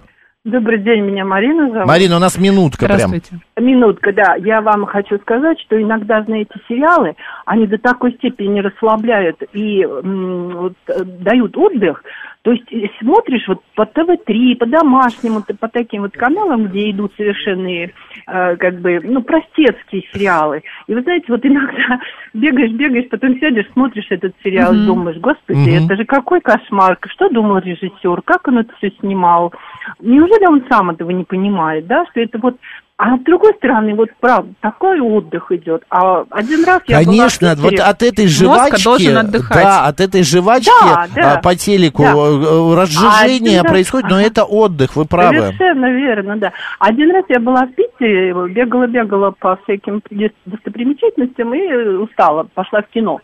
Speaker 5: Добрый день, меня Марина зовут.
Speaker 1: Марина, у нас минутка прям.
Speaker 2: Здравствуйте.
Speaker 5: Минутка, да. Я вам хочу сказать, что иногда, знаете, сериалы, они до такой степени расслабляют и м, вот, э, дают отдых. То есть э, смотришь вот по ТВ-3, по домашнему, т- по таким вот каналам, где идут совершенные, э, как бы, ну, простецкие сериалы. И вы знаете, вот иногда бегаешь, бегаешь, потом сядешь, смотришь этот сериал,
Speaker 2: Мгм.
Speaker 5: думаешь, господи,
Speaker 1: Мгм.
Speaker 5: это же какой кошмар, что думал режиссер, как он это все снимал. Неужели он сам этого не понимает, да, что это вот... А с другой стороны, вот правда, такой отдых идет. А один раз я была в
Speaker 1: Конечно, вот
Speaker 5: Питере.
Speaker 1: от этой
Speaker 2: Мозг
Speaker 1: жвачки,
Speaker 2: должен отдыхать.
Speaker 1: да, от этой жвачки
Speaker 5: Да, да.
Speaker 1: а, по телеку
Speaker 5: Да.
Speaker 1: э, э, разжижение
Speaker 5: А, да.
Speaker 1: происходит, но это отдых, вы правы.
Speaker 5: Совершенно верно, да. Один раз я была в Питере, бегала-бегала по всяким дес- достопримечательностям и э, устала, пошла в кино.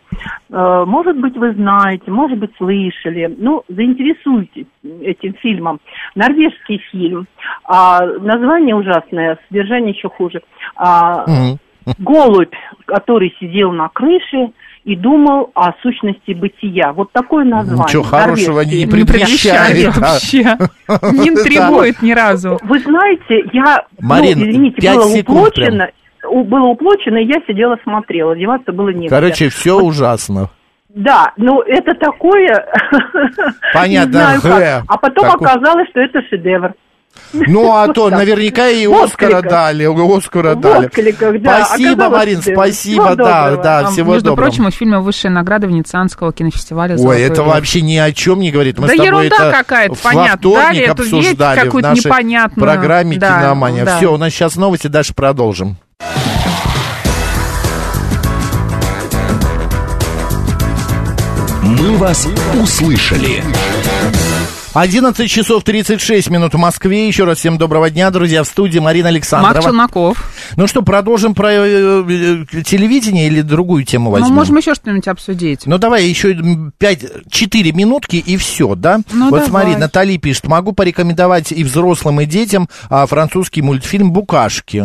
Speaker 5: Э, Может быть, вы знаете, может быть, слышали. Ну, заинтересуйтесь этим фильмом. Норвежский фильм. А, название ужасное, содержание еще хуже. А,
Speaker 1: Мгм.
Speaker 5: голубь, который сидел на крыше и думал о сущности бытия. Вот такое название.
Speaker 1: Ничего хорошего
Speaker 5: Норвежский.
Speaker 1: не предвещает. да.
Speaker 2: вообще. Не требует ни разу.
Speaker 5: Вы знаете, я, ну,
Speaker 1: Марин,
Speaker 5: извините,
Speaker 1: пять
Speaker 5: было
Speaker 1: секунд
Speaker 5: уплочено, у- было уплочено, и я сидела смотрела, деваться было некуда.
Speaker 1: Короче, все ужасно.
Speaker 5: Да, ну это такое...
Speaker 1: Понятно,
Speaker 5: не знаю как.
Speaker 1: э,
Speaker 5: А потом
Speaker 1: такой-
Speaker 5: оказалось, что это шедевр.
Speaker 1: Ну, а
Speaker 5: Вот
Speaker 1: то
Speaker 5: так.
Speaker 1: наверняка и
Speaker 5: В
Speaker 1: Оскара
Speaker 5: откликах.
Speaker 1: дали, Оскара
Speaker 5: В
Speaker 1: дали.
Speaker 5: откликах, да.
Speaker 1: Спасибо,
Speaker 5: Оказалось,
Speaker 1: Марин,
Speaker 5: всего
Speaker 1: спасибо, да,
Speaker 5: Ну, доброго.
Speaker 1: да,
Speaker 2: Там,
Speaker 1: А, всего
Speaker 2: между
Speaker 1: доброго.
Speaker 2: прочим, у фильма высшая награда Венецианского кинофестиваля
Speaker 1: Ой,
Speaker 2: «Золотой
Speaker 1: это
Speaker 2: лев».
Speaker 1: вообще ни о чем не говорит. Мы
Speaker 2: Да
Speaker 1: с тобой
Speaker 2: ерунда
Speaker 1: это
Speaker 2: какая-то,
Speaker 1: во
Speaker 2: понятно.
Speaker 1: вторник
Speaker 2: Дали эту ересь
Speaker 1: обсуждали в
Speaker 2: какую-то
Speaker 1: нашей
Speaker 2: непонятную.
Speaker 1: программе
Speaker 2: Да,
Speaker 1: «Киномания».
Speaker 2: да.
Speaker 1: Все, у нас сейчас новости, дальше продолжим.
Speaker 3: «Мы вас услышали».
Speaker 1: 11 часов 36 минут в Москве. Еще раз всем доброго дня, друзья. В студии Марина
Speaker 2: Марк
Speaker 1: Александрова.
Speaker 2: Челноков.
Speaker 1: Ну что, продолжим про э, э, телевидение или другую тему возьмем?
Speaker 2: Ну, можем еще что-нибудь обсудить.
Speaker 1: Ну давай еще 5-4 минутки и все, да?
Speaker 2: Ну, давай.
Speaker 1: вот смотри, Натали пишет, могу порекомендовать и взрослым, и детям а, французский мультфильм «Букашки».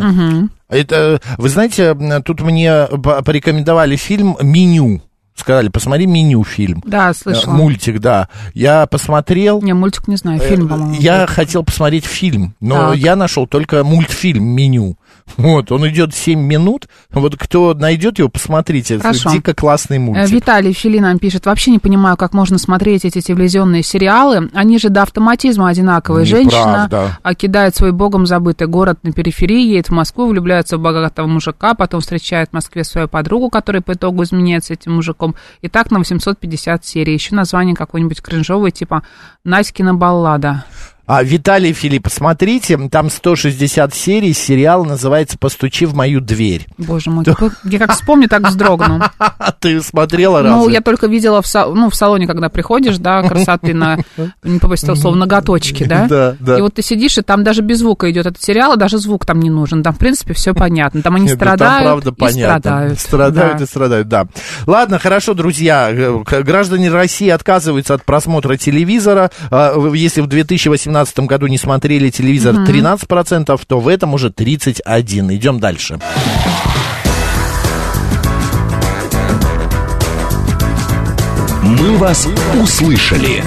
Speaker 1: Это, вы знаете, м, тут мне по- порекомендовали фильм «Меню». Сказали, посмотри «Меню» фильм.
Speaker 2: Да,
Speaker 1: Э,
Speaker 2: слышала.
Speaker 1: Мультик, да. Я посмотрел.
Speaker 2: Не, мультик не знаю,
Speaker 1: Э,
Speaker 2: фильм, по-моему.
Speaker 1: Я
Speaker 2: был.
Speaker 1: хотел посмотреть фильм, но
Speaker 2: Так.
Speaker 1: я нашел только мультфильм меню. Вот, он идет 7 минут. Вот кто найдет его, посмотрите. Это
Speaker 2: Хорошо.
Speaker 1: дико классный
Speaker 2: Э,
Speaker 1: мультик.
Speaker 2: Виталий Фили нам пишет, вообще не понимаю, как можно смотреть эти телевизионные сериалы, они же до автоматизма одинаковые.
Speaker 1: Неправда.
Speaker 2: Женщина а, кидает свой богом забытый город на периферии, едет в Москву, влюбляется в богатого мужика, потом встречает в Москве свою подругу, которая по итогу изменяется этим мужиком. И так на 850 серий. Еще название какое-нибудь кринжовое, типа «Наськина баллада».
Speaker 1: А Виталий Филипп, смотрите, там 160 серий, сериал называется «Постучи в мою дверь».
Speaker 2: Боже мой, какой- я как вспомню, так вздрогну.
Speaker 1: А ты смотрела разве?
Speaker 2: Ну, я только видела в, са- ну, в салоне, когда приходишь, да, красоты на, не побоюсь этого слова, ноготочки, да?
Speaker 1: Да, да.
Speaker 2: И вот ты сидишь, и там даже без звука идет этот сериал, и даже звук там не нужен. Там, в принципе, все понятно. Там они
Speaker 1: Нет, ну,
Speaker 2: страдают
Speaker 1: там, правда,
Speaker 2: и
Speaker 1: понятно.
Speaker 2: страдают. Да.
Speaker 1: и страдают, да. Ладно, хорошо, друзья. Э, к- Граждане России отказываются от просмотра телевизора. А, в- Если в 2018 году не смотрели телевизор 13%, то в этом уже 31%. Идем дальше.
Speaker 3: «Мы вас услышали».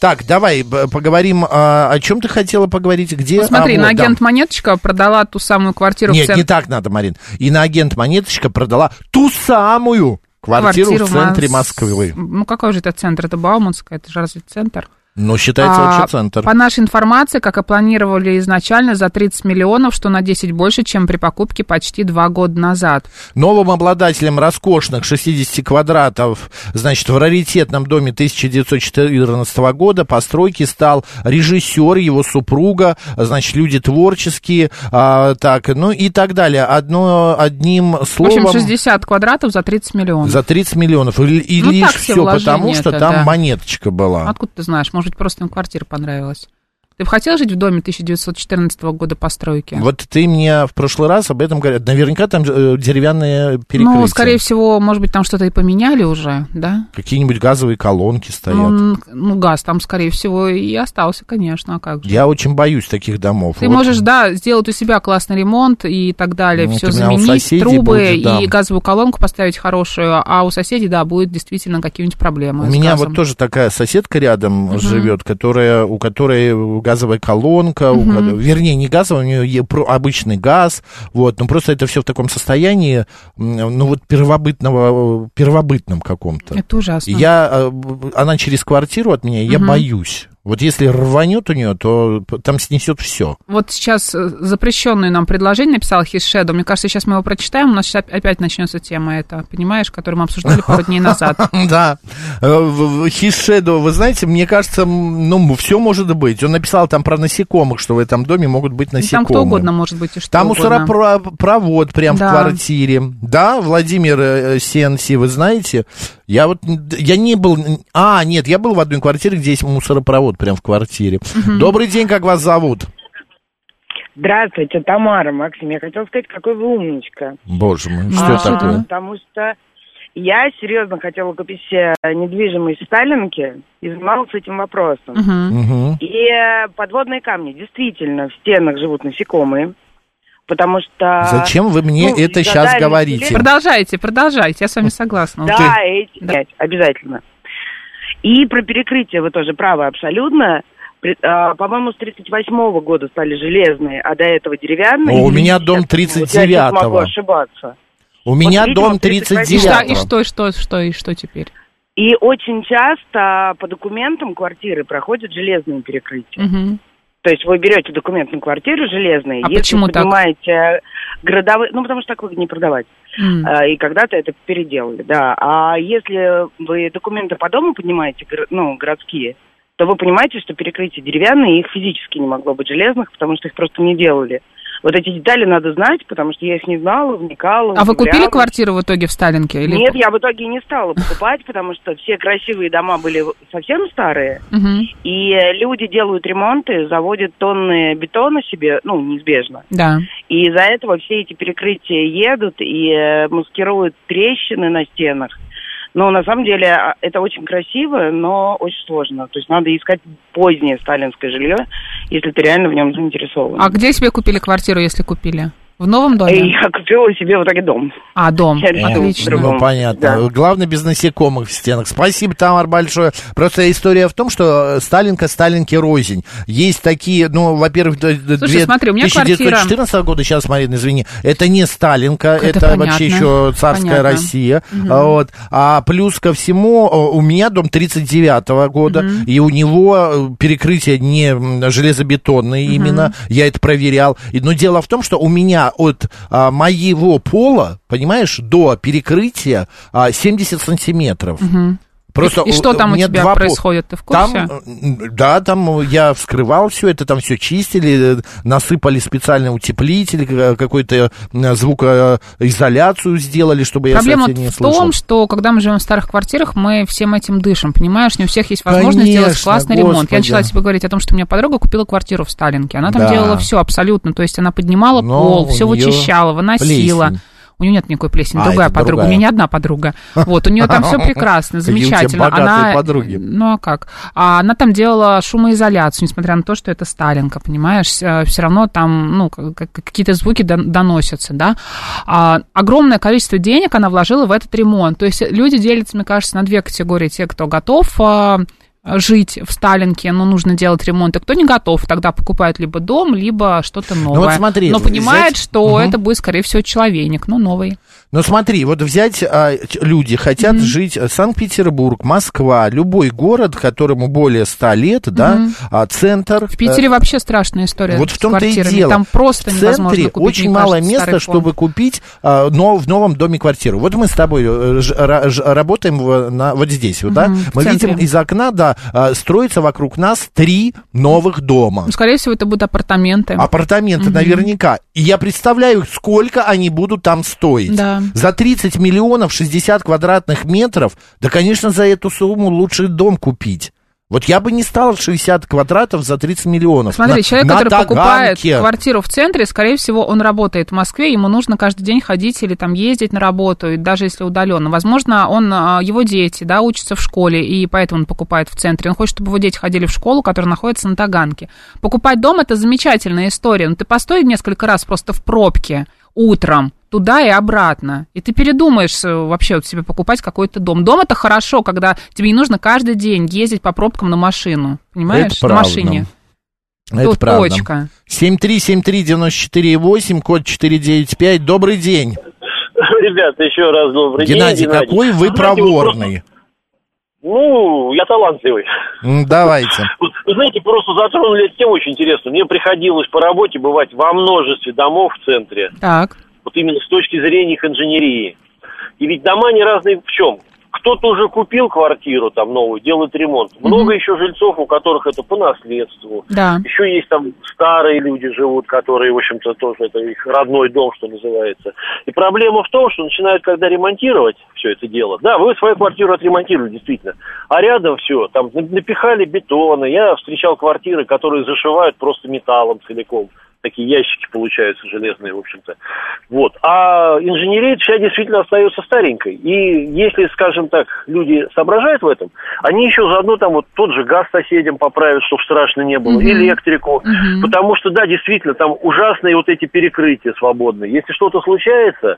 Speaker 1: Так, давай б- поговорим, а, о чем ты хотела поговорить, где...
Speaker 2: Ну, смотри,
Speaker 1: А, вот,
Speaker 2: на
Speaker 1: да.
Speaker 2: агент Монеточка продала ту самую квартиру в
Speaker 1: Нет, не
Speaker 2: центре.
Speaker 1: так надо, Марин. Иноагент Монеточка продала ту самую квартиру, в центре Москвы.
Speaker 2: Ну, какой же это центр? Это Бауманская, это же разве центр?
Speaker 1: Ну, считается
Speaker 2: А,
Speaker 1: вообще центр.
Speaker 2: По нашей информации, как и планировали изначально, за 30 миллионов, что на 10 больше, чем при покупке почти два года назад.
Speaker 1: Новым обладателем роскошных 60 квадратов, значит, в раритетном доме 1914 года постройки стал режиссер, его супруга, значит, люди творческие, а, так, ну и так далее. Одно, одним
Speaker 2: В общем,
Speaker 1: словом...
Speaker 2: 60 квадратов за 30 миллионов.
Speaker 1: За 30 миллионов. И, и
Speaker 2: Ну,
Speaker 1: лишь
Speaker 2: так себе
Speaker 1: все потому,
Speaker 2: вложение
Speaker 1: что
Speaker 2: это,
Speaker 1: там
Speaker 2: да.
Speaker 1: монеточка была.
Speaker 2: Откуда ты знаешь? Может быть, просто им квартира понравилась. Ты бы хотел жить в доме 1914 года постройки? Ну,
Speaker 1: Вот ты мне в прошлый раз об этом говорил. Наверняка там э, деревянные перекрытия.
Speaker 2: ну, скорее всего, может быть, там что-то и поменяли уже, да?
Speaker 1: Какие-нибудь газовые колонки стоят.
Speaker 2: Ну, н- ну, газ там, скорее всего, и остался, конечно, а как же.
Speaker 1: Я очень боюсь таких домов.
Speaker 2: Ты
Speaker 1: Вот.
Speaker 2: можешь, да, сделать у себя классный ремонт и так далее,
Speaker 1: Ну,
Speaker 2: все
Speaker 1: это у меня у
Speaker 2: заменить,
Speaker 1: соседей
Speaker 2: трубы
Speaker 1: будет, да.
Speaker 2: и газовую колонку поставить хорошую, а у соседей, да, будет действительно какие-нибудь проблемы.
Speaker 1: У
Speaker 2: с
Speaker 1: меня
Speaker 2: газом.
Speaker 1: вот тоже такая соседка рядом живет, которая, у которой газовая колонка, у ко- вернее, не газовая, у нее е- про- обычный газ, вот, но просто это все в таком состоянии, м, ну вот первобытного, э, первобытном каком-то.
Speaker 2: Это ужасно.
Speaker 1: И Я, э, б- она через квартиру от меня, я боюсь. Вот если рванет у нее, то п- там снесет все.
Speaker 2: Вот сейчас э, запрещенное нам предложение написал His Shadow. Мне кажется, сейчас мы его прочитаем, у нас сейчас оп- опять начнется тема эта, понимаешь, которую мы обсуждали пару дней назад. Ну,
Speaker 1: Да. Э, в- в His Shadow, вы знаете, мне кажется, м, ну, все может быть. Он написал там про насекомых, что в этом доме могут быть
Speaker 2: И
Speaker 1: насекомые.
Speaker 2: Ну, Там кто угодно может быть и что
Speaker 1: Там
Speaker 2: угодно.
Speaker 1: мусоропровод прям в
Speaker 2: Да.
Speaker 1: квартире. Да, Владимир э, CNC, вы знаете, я вот, н- я не был, н- а, нет, я был в одной квартире, где есть мусоропровод прям в квартире. Добрый день, как вас зовут?
Speaker 6: Здравствуйте, Тамара, Максим. Я хотела сказать, какой вы умничка.
Speaker 1: Боже мой, что
Speaker 6: А,
Speaker 1: такое?
Speaker 6: Потому что я серьезно хотела купить э, недвижимость в Сталинке и занималась этим вопросом.
Speaker 2: Мгм.
Speaker 1: Мгм.
Speaker 6: И э, подводные камни. Действительно, в стенах живут насекомые, потому что...
Speaker 1: Зачем вы мне
Speaker 6: ну,
Speaker 1: это сейчас
Speaker 6: задали
Speaker 1: говорите?
Speaker 6: телевизор.
Speaker 2: Продолжайте, продолжайте, я с вами согласна.
Speaker 6: Да,
Speaker 2: Ты-
Speaker 6: эти
Speaker 2: Да.
Speaker 6: пять, обязательно. И про перекрытие вы тоже правы абсолютно. При- а, по-моему, с 38 года стали железные, а до этого деревянные.
Speaker 1: О, у меня
Speaker 2: Ну,
Speaker 1: дом
Speaker 6: Вот я сейчас
Speaker 1: 39-го.
Speaker 6: могу ошибаться.
Speaker 1: У меня
Speaker 6: видимо,
Speaker 1: дом
Speaker 2: И
Speaker 6: 39.
Speaker 2: что,
Speaker 1: 39
Speaker 2: и что, и что, и что, и что теперь?
Speaker 6: И очень часто по документам квартиры проходят железные перекрытия.
Speaker 2: Мгм.
Speaker 6: То есть вы берете документ на квартиру железный,
Speaker 2: А
Speaker 6: если
Speaker 2: почему так?
Speaker 6: поднимаете городовые, ну потому что так выгоднее продавать.
Speaker 2: М.
Speaker 6: А, И когда-то это переделали, да. А если вы документы по дому поднимаете, горо- ну, городские, то вы понимаете, что перекрытие деревянные, их физически не могло быть железных, потому что их просто не делали. Вот эти детали надо знать, потому что я их не знала, вникала.
Speaker 2: А вы купили
Speaker 6: удивлялась.
Speaker 2: квартиру в итоге в Сталинке? Или...
Speaker 6: Нет, я в итоге не стала покупать, потому что все красивые дома были совсем старые.
Speaker 2: Мгм.
Speaker 6: И э, люди делают ремонты, заводят тонны бетона себе, ну, неизбежно.
Speaker 2: Да.
Speaker 6: И из-за этого все эти перекрытия едут и э, маскируют трещины на стенах. Но на самом деле а, это очень красиво, но очень сложно. То есть надо искать позднее сталинское жилье, если ты реально в нем заинтересован.
Speaker 2: А где себе купили квартиру, если купили? В новом
Speaker 6: И
Speaker 2: доме?
Speaker 6: я купила себе в итоге дом.
Speaker 2: А, дом.
Speaker 6: Я решила
Speaker 2: Отлично.
Speaker 6: по-другому.
Speaker 1: Ну, понятно.
Speaker 6: Да.
Speaker 1: Главное, без насекомых в стенах. Спасибо, Тамар, большое. Просто история в том, что э, Сталинка, Сталинки, рознь. Есть такие, ну, во-первых, д- д-
Speaker 2: Слушай,
Speaker 1: две-
Speaker 2: смотри, у меня
Speaker 1: 1914 года, сейчас, Марина, извини, это не Сталинка,
Speaker 2: Это
Speaker 1: это, вообще
Speaker 2: понятно.
Speaker 1: еще царская
Speaker 2: Понятно.
Speaker 1: Россия. А Вот. А плюс ко всему, э, у меня дом 39 года, и у него э, перекрытие не м, железобетонное именно, я это проверял. И- Но дело в том, что у меня от а, моего пола, понимаешь, до перекрытия а, 70 сантиметров. Просто
Speaker 2: И- и что там у
Speaker 1: меня
Speaker 2: тебя
Speaker 1: два пол-
Speaker 2: происходит, ты в курсе?
Speaker 1: Там, э, да, там э, я вскрывал все это, там все чистили, э, насыпали специальный утеплитель, э, какой-то э, звукоизоляцию сделали, чтобы я
Speaker 2: Проблема
Speaker 1: совсем не
Speaker 2: в
Speaker 1: слышал.
Speaker 2: том, что когда мы живем в старых квартирах, мы всем этим дышим, понимаешь? Не у всех есть возможность
Speaker 1: Конечно,
Speaker 2: сделать классный ремонт. Я
Speaker 1: господи.
Speaker 2: начала тебе говорить о том, что у меня подруга купила квартиру в Сталинке. Она там
Speaker 1: Да.
Speaker 2: делала все абсолютно. То есть она поднимала
Speaker 1: Но
Speaker 2: пол,
Speaker 1: у
Speaker 2: все
Speaker 1: неё
Speaker 2: вычищала, выносила.
Speaker 1: плесень.
Speaker 2: У нее нет никакой плесени,
Speaker 1: А,
Speaker 2: другая
Speaker 1: это
Speaker 2: подруга. У
Speaker 1: другая.
Speaker 2: меня не одна подруга. Вот, у нее там все прекрасно,
Speaker 1: Какие у тебя
Speaker 2: замечательно.
Speaker 1: богатые
Speaker 2: Она...
Speaker 1: подруги.
Speaker 2: Ну а как? А она там делала шумоизоляцию, несмотря на то, что это Сталинка, понимаешь? Все равно там, ну, как- как- какие-то звуки дон- доносятся, да? А, огромное количество денег она вложила в этот ремонт. То есть э, люди делятся, мне кажется, на две категории. Те, кто готов а, жить в Сталинке, но нужно делать ремонт, а кто не готов, тогда покупают либо дом, либо что-то новое.
Speaker 1: Ну, смотри,
Speaker 2: но понимает,
Speaker 1: взять-
Speaker 2: что это будет, скорее всего, человейник, но новый.
Speaker 1: Ну смотри, вот взять а, ч- люди хотят жить э, Санкт-Петербург, Москва, любой город, которому более 100 лет, да, а, центр.
Speaker 2: В Питере вообще страшная история
Speaker 1: вот
Speaker 2: с
Speaker 1: в том-то и
Speaker 2: квартирами.
Speaker 1: дело.
Speaker 2: Там просто
Speaker 1: в
Speaker 2: невозможно
Speaker 1: центре
Speaker 2: купить,
Speaker 1: очень
Speaker 2: мне
Speaker 1: мало
Speaker 2: кажется,
Speaker 1: места,
Speaker 2: старый
Speaker 1: чтобы
Speaker 2: фонд.
Speaker 1: купить а, но в новом доме квартиру. Вот мы с тобой э, ж- ра- ж- работаем в- на- вот здесь, вот, да.
Speaker 2: Мгм, в
Speaker 1: мы
Speaker 2: центре.
Speaker 1: видим из окна, да, а, строится вокруг нас три новых дома.
Speaker 2: Ну, Скорее всего, это будут апартаменты.
Speaker 1: Апартаменты наверняка. И я представляю, сколько они будут там стоить.
Speaker 2: Да.
Speaker 1: За 30 миллионов 60 квадратных метров, да, конечно, за эту сумму лучше дом купить. Вот я бы не стал 60 квадратов за 30 миллионов.
Speaker 2: Смотри,
Speaker 1: На-
Speaker 2: человек,
Speaker 1: на
Speaker 2: который покупает
Speaker 1: Таганке.
Speaker 2: квартиру в центре, скорее всего, он работает в Москве, ему нужно каждый день ходить или там ездить на работу, и даже если удаленно. Возможно, он, а, его дети, да, учатся в школе, и поэтому он покупает в центре. Он хочет, чтобы его дети ходили в школу, которая находится на Таганке. Покупать дом – это замечательная история, но ты постой несколько раз просто в пробке утром, туда и обратно. И ты передумаешь э, вообще вот себе покупать какой-то дом. Дом это хорошо, когда тебе не нужно каждый день ездить по пробкам на машину. Понимаешь? на
Speaker 1: правда.
Speaker 2: машине.
Speaker 1: Это
Speaker 2: Тут
Speaker 1: правда.
Speaker 2: точка.
Speaker 1: 7373948, код 495. Добрый день.
Speaker 4: Ребята, еще раз добрый
Speaker 1: Геннадий,
Speaker 4: день.
Speaker 1: какой вы
Speaker 4: Знаете, вот
Speaker 1: проворный.
Speaker 4: просто- Ну, я талантливый.
Speaker 1: М, Давайте.
Speaker 4: Вот, Вы знаете, просто затронули эту тему очень интересную. Мне приходилось по работе бывать во множестве домов в центре.
Speaker 2: Так.
Speaker 4: Вот именно с точки зрения их инженерии. И ведь дома не разные в чем. Кто-то уже купил квартиру там новую, делает ремонт. Много еще жильцов, у которых это по наследству.
Speaker 2: Да.
Speaker 4: Еще есть там старые люди живут, которые, в общем-то, тоже это их родной дом, что называется. И проблема в том, что начинают, когда ремонтировать все это дело, да, вы свою квартиру отремонтировали, действительно, а рядом все, там на- напихали бетона. Я встречал квартиры, которые зашивают просто металлом целиком. Такие ящики получаются железные, в общем-то. Вот. А инженерия вся действительно остается старенькой. И если, скажем так, люди соображают в этом, они еще заодно там вот тот же газ соседям поправят, чтобы страшно не было, электрику. Потому что, да, действительно, там ужасные вот эти перекрытия свободные. Если что-то случается,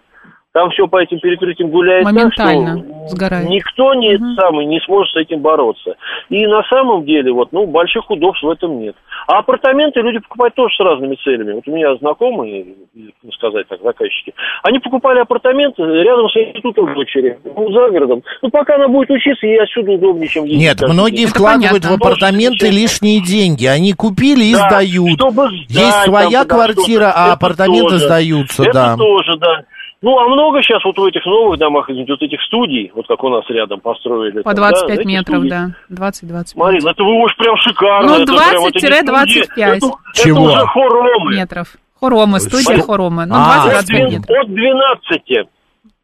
Speaker 4: там все по этим перекрытиям гуляет так, что
Speaker 2: Моментально сгорает.
Speaker 4: никто не, это самый, не сможет с этим бороться. И на самом деле, вот, ну, больших удобств в этом нет. А апартаменты люди покупают тоже с разными целями. Вот у меня знакомые, ну, сказать так, заказчики, они покупали апартаменты рядом с институтом дочери, ну, за городом. Ну, пока она будет учиться, ей отсюда удобнее, чем ездить.
Speaker 1: Нет,
Speaker 4: каждый
Speaker 1: многие
Speaker 4: день.
Speaker 1: вкладывают в
Speaker 4: Потому что
Speaker 1: апартаменты
Speaker 4: сейчас-
Speaker 1: лишние деньги. Они купили и
Speaker 4: Да,
Speaker 1: сдают.
Speaker 4: чтобы сдать
Speaker 1: Есть
Speaker 4: там
Speaker 1: своя
Speaker 4: куда
Speaker 1: квартира,
Speaker 4: что-то.
Speaker 1: а
Speaker 4: Это
Speaker 1: апартаменты
Speaker 4: тоже.
Speaker 1: сдаются,
Speaker 4: это
Speaker 1: да.
Speaker 4: тоже, да. Ну, а много сейчас вот в этих новых домах, извините, вот этих студий, вот как у нас рядом построили.
Speaker 2: По
Speaker 4: там,
Speaker 2: 25
Speaker 4: да, эти
Speaker 2: метров,
Speaker 4: студии.
Speaker 2: да. 20-25.
Speaker 4: Марина, это вы уж прям шикарно.
Speaker 2: Ну,
Speaker 4: это прям вот эти студии,
Speaker 2: 20-25.
Speaker 4: это-
Speaker 1: Чего?
Speaker 4: Это уже хоромы.
Speaker 2: метров. Хоромы, студия
Speaker 4: Что?
Speaker 2: Хоромы. Ну,
Speaker 1: А,
Speaker 2: 25
Speaker 1: студия.
Speaker 2: метров.
Speaker 4: От 12.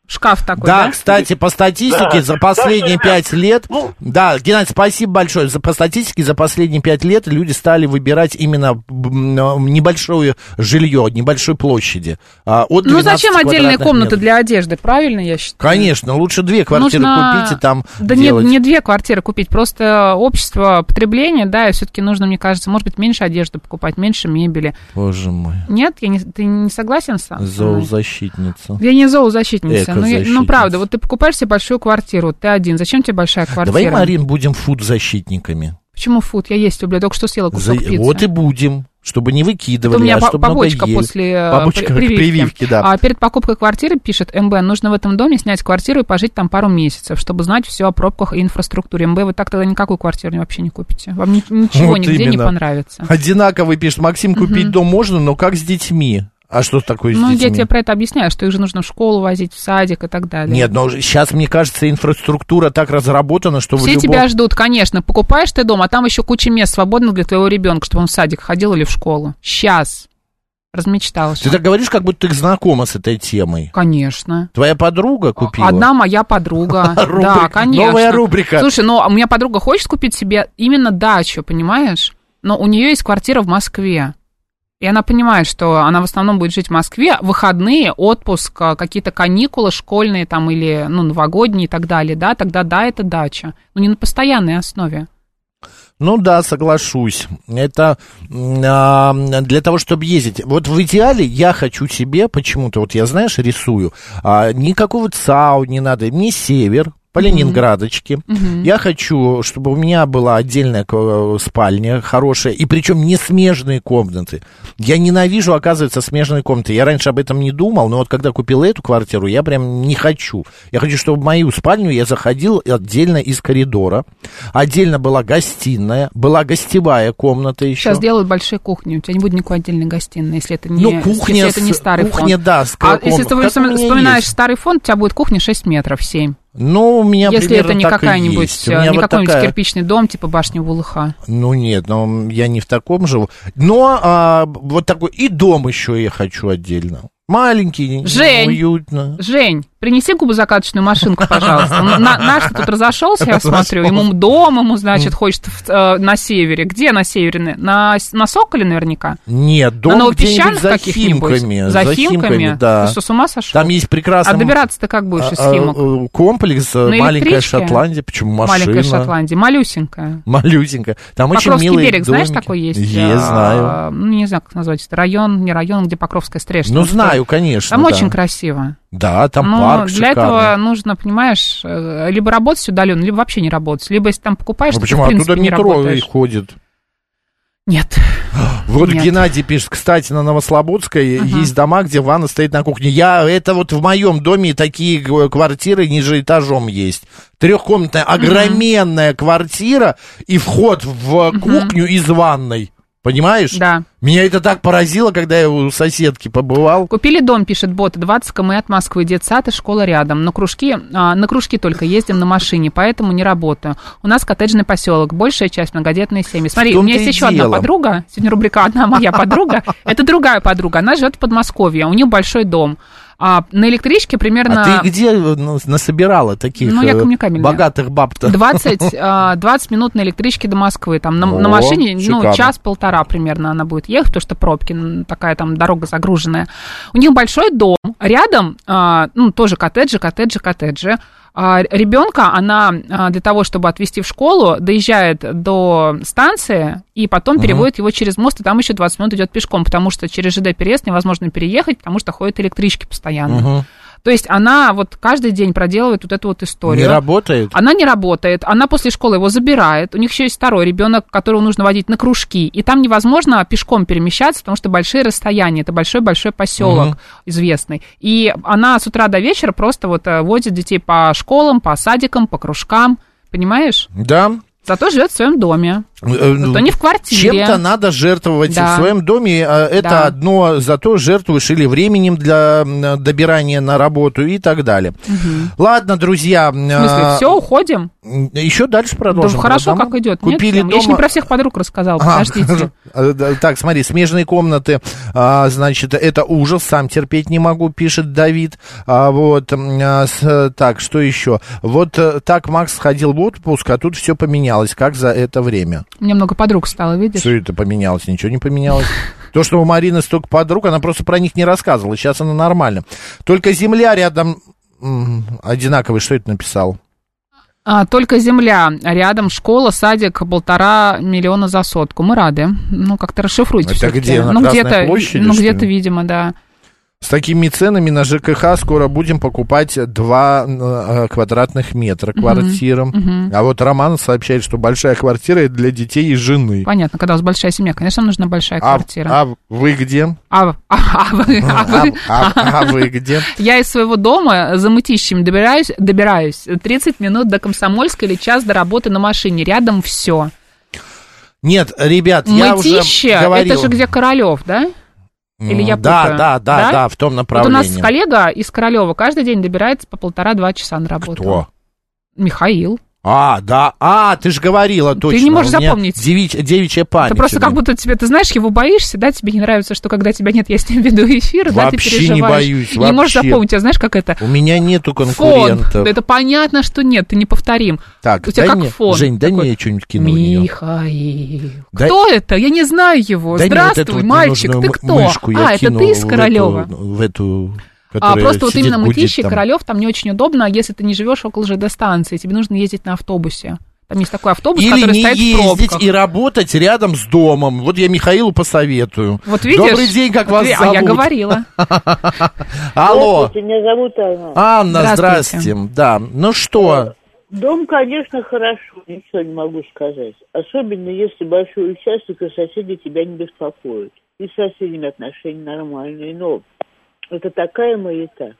Speaker 2: Шкаф такой,
Speaker 1: Да,
Speaker 2: да?
Speaker 1: кстати, по статистике
Speaker 4: Да.
Speaker 1: за последние
Speaker 4: Так что, ребят,
Speaker 1: пять лет,
Speaker 4: ну-
Speaker 1: да, Геннадий, спасибо большое. За по статистике за последние пять лет люди стали выбирать именно м, м, небольшое жилье, небольшой площади. а, от
Speaker 2: Ну,
Speaker 1: 12
Speaker 2: зачем отдельные
Speaker 1: квадратных
Speaker 2: комнаты
Speaker 1: метров.
Speaker 2: для одежды, правильно я считаю?
Speaker 1: Конечно, лучше две квартиры
Speaker 2: Нужно-
Speaker 1: купить и там
Speaker 2: Да нет,
Speaker 1: делать.
Speaker 2: не две квартиры купить, просто общество потребления, да, и все-таки нужно, мне кажется, может быть, меньше одежды покупать, меньше мебели.
Speaker 1: Боже мой,
Speaker 2: Нет, я не, ты не согласен сам? со мной?
Speaker 1: зоозащитница.
Speaker 2: Я не зоозащитница. Ну, я-
Speaker 1: Экозащитница.
Speaker 2: ну, правда, вот ты покупаешь себе большую квартиру, ты один. Зачем тебе большая квартира?
Speaker 1: Давай, Марин, будем фуд-защитниками.
Speaker 2: Почему фут? Я есть люблю, я только что съела
Speaker 1: За-
Speaker 2: кусок пиццы.
Speaker 1: Вот и будем, чтобы не
Speaker 2: Ну, Это
Speaker 1: выкидывали,
Speaker 2: у меня
Speaker 1: а
Speaker 2: по-
Speaker 1: чтобы много
Speaker 2: побочка
Speaker 1: ели.
Speaker 2: после э,
Speaker 1: Побочка
Speaker 2: при-
Speaker 1: к
Speaker 2: прививки.
Speaker 1: прививке, да.
Speaker 2: А перед покупкой квартиры пишет МБ, нужно в этом доме снять квартиру и пожить там пару месяцев, чтобы знать все о пробках и инфраструктуре. МБ, вы так тогда никакую квартиру вообще не купите. Вам ни- ничего
Speaker 1: Вот
Speaker 2: нигде не
Speaker 1: именно.
Speaker 2: понравится.
Speaker 1: Одинаковый пишет, Максим, купить дом можно, но как с детьми? А что такое с
Speaker 2: Ну, я
Speaker 1: детьми?
Speaker 2: тебе про это объясняю, что их же нужно в школу возить, в садик и так далее.
Speaker 1: Нет, но сейчас, мне кажется, инфраструктура так разработана, что в
Speaker 2: Все
Speaker 1: любом-
Speaker 2: тебя ждут, конечно. Покупаешь ты дом, а там еще куча мест свободных для твоего ребенка, чтобы он в садик ходил или в школу. Сейчас. Размечтался.
Speaker 1: Ты так говоришь, как будто ты знакома с этой темой.
Speaker 2: Конечно.
Speaker 1: Твоя подруга купила?
Speaker 2: Одна моя подруга. Да,
Speaker 1: Рубрика.
Speaker 2: конечно.
Speaker 1: Новая рубрика.
Speaker 2: Слушай, но у меня подруга хочет купить себе именно дачу, понимаешь? Но у нее есть квартира в Москве. И она понимает, что она в основном будет жить в Москве. Выходные, отпуск, а, какие-то каникулы школьные там или ну, новогодние и так далее, да, тогда да, это дача. Но не на постоянной основе.
Speaker 1: Ну да, соглашусь. Это м, а, для того, чтобы ездить. Вот в идеале я хочу себе почему-то, вот я, знаешь, рисую, а, никакого ЦАУ не надо, мне север, по Ленинградочке. Я хочу, чтобы у меня была отдельная ко- спальня хорошая, и причем не смежные комнаты. Я ненавижу, оказывается, смежные комнаты. Я раньше об этом не думал, но вот когда купил эту квартиру, я прям не хочу. Я хочу, чтобы в мою спальню я заходил отдельно из коридора. Отдельно была гостиная, была гостевая комната еще.
Speaker 2: Сейчас делают большие кухни. У тебя не будет никакой отдельной гостиной, если это не,
Speaker 1: ну, кухня,
Speaker 2: если это не
Speaker 1: с-
Speaker 2: старый
Speaker 1: кухня,
Speaker 2: фонд.
Speaker 1: да, с
Speaker 2: А
Speaker 1: колоколом.
Speaker 2: если ты
Speaker 1: Так у меня
Speaker 2: вспоминаешь
Speaker 1: есть.
Speaker 2: старый фонд, у тебя будет кухня 6 метров, 7.
Speaker 1: ну, у меня
Speaker 2: Если
Speaker 1: примерно
Speaker 2: это не
Speaker 1: так и
Speaker 2: какая-нибудь, э,
Speaker 1: есть. У меня
Speaker 2: не
Speaker 1: вот
Speaker 2: какой-нибудь
Speaker 1: такая-
Speaker 2: кирпичный дом, типа башня Вулыха.
Speaker 1: Ну нет, но я не в таком живу. Но а, вот такой и дом еще я хочу отдельно. Маленький,
Speaker 2: Жень!
Speaker 1: уютно.
Speaker 2: Жень, принеси губозакаточную машинку, пожалуйста. Ну, на- наш тут разошелся, я смотрю. Ему дом, ему, значит, хочет в- э, на севере. Где на севере? На, с- на Соколе наверняка?
Speaker 1: Нет, дом
Speaker 2: на
Speaker 1: где-нибудь
Speaker 2: Новопесчаных
Speaker 1: за
Speaker 2: каких-нибудь?
Speaker 1: Химками.
Speaker 2: За Химками?
Speaker 1: да.
Speaker 2: Ты что, с ума сошел?
Speaker 1: Там есть прекрасный
Speaker 2: А добираться ты как будешь из
Speaker 1: а, а,
Speaker 2: Химок?
Speaker 1: э, комплекс э,
Speaker 2: На
Speaker 1: маленькая
Speaker 2: электричке?
Speaker 1: Шотландия, почему машина?
Speaker 2: Маленькая Шотландия, малюсенькая.
Speaker 1: Малюсенькая. Там очень
Speaker 2: Покровский
Speaker 1: милые
Speaker 2: берег, знаешь,
Speaker 1: домики.
Speaker 2: такой есть?
Speaker 1: Я знаю.
Speaker 2: А, Ну, не знаю, как назвать это. Район, не район, где Покровская стрешка.
Speaker 1: Ну,
Speaker 2: что-
Speaker 1: знаю, конечно.
Speaker 2: Там
Speaker 1: да.
Speaker 2: очень красиво.
Speaker 1: Да, там
Speaker 2: Но
Speaker 1: парк
Speaker 2: для
Speaker 1: шикарный.
Speaker 2: этого нужно, понимаешь, э, либо работать удаленно, либо вообще не работать. Либо если там покупаешь,
Speaker 1: Ну,
Speaker 2: то ты,
Speaker 1: почему?
Speaker 2: в принципе,
Speaker 1: Оттуда
Speaker 2: не
Speaker 1: метро и
Speaker 2: работаешь.
Speaker 1: ходит.
Speaker 2: Нет.
Speaker 1: Вот
Speaker 2: Нет.
Speaker 1: Геннадий пишет, кстати, на Новослободской есть дома, где ванна стоит на кухне. Я, это вот в моем доме такие г- квартиры ниже этажом есть. Трехкомнатная, огроменная квартира и вход в кухню из ванной. Понимаешь?
Speaker 2: Да.
Speaker 1: Меня это так поразило, когда я у соседки побывал.
Speaker 2: Купили дом, пишет бот, 20 км от Москвы, детсад и школа рядом. На кружки, а, на кружки только ездим на машине, поэтому не работаю. У нас коттеджный поселок, большая часть многодетные семьи. Смотри, у меня
Speaker 1: том-то
Speaker 2: есть
Speaker 1: и
Speaker 2: еще одна
Speaker 1: дело.
Speaker 2: подруга, сегодня рубрика «Одна моя подруга», это другая подруга, она живет в Подмосковье, у нее большой дом. А на электричке примерно...
Speaker 1: А ты где ну, насобирала таких
Speaker 2: Ну, я
Speaker 1: э,
Speaker 2: камняками, да.
Speaker 1: богатых баб-то?
Speaker 2: 20, а, 20 минут на электричке до Москвы. Там на, на
Speaker 1: О,
Speaker 2: машине, ну,
Speaker 1: шикарно.
Speaker 2: час-полтора примерно она будет ехать, потому что пробки, м, такая там дорога загруженная. У них большой дом. Рядом, а, ну, тоже коттеджи, коттеджи, коттеджи. А, Ребенка она а, для того, чтобы отвезти в школу, доезжает до станции и потом переводит его через мост, и там еще 20 минут идет пешком, потому что через ЖД переезд невозможно переехать, потому что ходят электрички постоянно. То есть она вот каждый день проделывает вот эту вот историю.
Speaker 1: Не работает?
Speaker 2: Она не работает. Она после школы его забирает. У них еще есть второй ребенок, которого нужно водить на кружки. И там невозможно пешком перемещаться, потому что большие расстояния. Это большой-большой поселок
Speaker 1: Мгм.
Speaker 2: известный. И она с утра до вечера просто вот э, водит детей по школам, по садикам, по кружкам. Понимаешь?
Speaker 1: Да.
Speaker 2: Зато живет в своем доме.
Speaker 1: Э,
Speaker 2: Зато не в квартире.
Speaker 1: Чем-то надо жертвовать
Speaker 2: Да.
Speaker 1: в своем доме. а, Это
Speaker 2: Да.
Speaker 1: одно, зато жертвуешь или временем для м, добирания на работу и так далее. Ладно, друзья.
Speaker 2: В
Speaker 1: э,
Speaker 2: смысле, все, уходим?
Speaker 1: Еще дальше продолжим.
Speaker 2: Да, хорошо,
Speaker 1: Потому-
Speaker 2: как идет.
Speaker 1: Купили
Speaker 2: Нет, тем- Я еще
Speaker 1: дома-
Speaker 2: не про всех подруг рассказала,
Speaker 1: А,
Speaker 2: подождите.
Speaker 1: хорошо. Э, да, Так, смотри, смежные комнаты, а, значит, это ужас, сам терпеть не могу, пишет Давид. А, вот, м, а, с, э, так, что еще? Вот э, так Макс ходил в отпуск, а тут все поменялось. Как за это время?
Speaker 2: У меня много подруг стало, видишь?
Speaker 1: Все это поменялось, ничего не поменялось. То, что у Марины столько подруг, она просто про них не рассказывала. Сейчас она нормально. Только земля рядом м, одинаковая. Что это написал?
Speaker 2: А, только земля, а рядом школа, садик, полтора миллиона за сотку. Мы рады. Ну, как-то расшифруйте
Speaker 1: Это
Speaker 2: всё-таки.
Speaker 1: А где, на
Speaker 2: ну,
Speaker 1: Красной
Speaker 2: где-то,
Speaker 1: площади,
Speaker 2: ну,
Speaker 1: что ли?
Speaker 2: где-то, видимо, да.
Speaker 1: С такими ценами на ЖКХ скоро будем покупать 2 квадратных метра квартирам.
Speaker 2: мгм.
Speaker 1: А вот Роман сообщает, что большая квартира это для детей и жены.
Speaker 2: Понятно, когда у вас большая семья, конечно, нужна большая
Speaker 1: А,
Speaker 2: квартира.
Speaker 1: а вы где?
Speaker 2: А, а- а вы- а вы-
Speaker 1: А- а вы где?
Speaker 2: Я из своего дома за мытищем добираюсь, добираюсь 30 минут до Комсомольска или час до работы на машине. Рядом все.
Speaker 1: Нет, ребят, я уже
Speaker 2: Мытище, это
Speaker 1: говорил.
Speaker 2: же где Королев, да? Или я
Speaker 1: да,
Speaker 2: путаю?
Speaker 1: да, да, да,
Speaker 2: Да?
Speaker 1: в том
Speaker 2: Вот у
Speaker 1: направлении.
Speaker 2: нас коллега из Королева каждый день добирается по полтора-два часа на работу.
Speaker 1: Кто?
Speaker 2: Михаил.
Speaker 1: А, да, а, ты же говорила точно.
Speaker 2: не можешь
Speaker 1: у меня
Speaker 2: запомнить.
Speaker 1: девич- девичья память.
Speaker 2: Это Ну, просто
Speaker 1: у меня.
Speaker 2: как будто тебе, ты знаешь, его боишься, да, тебе не нравится, что когда тебя нет, я с ним веду эфир, да, ты
Speaker 1: Вообще
Speaker 2: переживаешь.
Speaker 1: не боюсь,
Speaker 2: И Не можешь
Speaker 1: вообще.
Speaker 2: запомнить, а знаешь, как это?
Speaker 1: У меня нету
Speaker 2: Фон.
Speaker 1: конкурентов.
Speaker 2: Это понятно, что нет, ты не повторим.
Speaker 1: Так,
Speaker 2: У тебя
Speaker 1: дай
Speaker 2: как
Speaker 1: мне,
Speaker 2: фон
Speaker 1: Жень, дай мне я что-нибудь кину в неё.
Speaker 2: Михаил.
Speaker 1: Дай-
Speaker 2: Кто это? Я не знаю его.
Speaker 1: дай мне вот
Speaker 2: Здравствуй,
Speaker 1: эту вот
Speaker 2: мальчик, ты
Speaker 1: ненужную
Speaker 2: кто?
Speaker 1: м- мышку, я
Speaker 2: а, это
Speaker 1: кину
Speaker 2: ты из
Speaker 1: в
Speaker 2: Королева.
Speaker 1: эту- В эту,
Speaker 2: А
Speaker 1: которая
Speaker 2: просто вот
Speaker 1: сидит,
Speaker 2: именно
Speaker 1: гудит
Speaker 2: мытищи,
Speaker 1: там.
Speaker 2: королев там не очень удобно, а если ты не живешь около ЖД-станции. Тебе нужно ездить на автобусе. Там есть такой автобус,
Speaker 1: Или
Speaker 2: который
Speaker 1: не
Speaker 2: стоит в
Speaker 1: ездить
Speaker 2: пробках.
Speaker 1: и работать рядом с домом. Вот я Михаилу посоветую.
Speaker 2: Вот видишь?
Speaker 1: Добрый день, как
Speaker 2: Вот
Speaker 1: вас
Speaker 2: ви-
Speaker 1: зовут?
Speaker 2: А я говорила.
Speaker 1: Алло,
Speaker 7: Здравствуйте, меня зовут Анна.
Speaker 1: Анна,
Speaker 7: Здравствуйте.
Speaker 1: здрасте. Да, ну что?
Speaker 7: Дом, конечно, хорошо, ничего не могу сказать. Особенно, если большой участок, и соседи тебя не беспокоят. И с соседями отношения нормальные, но это такая маята.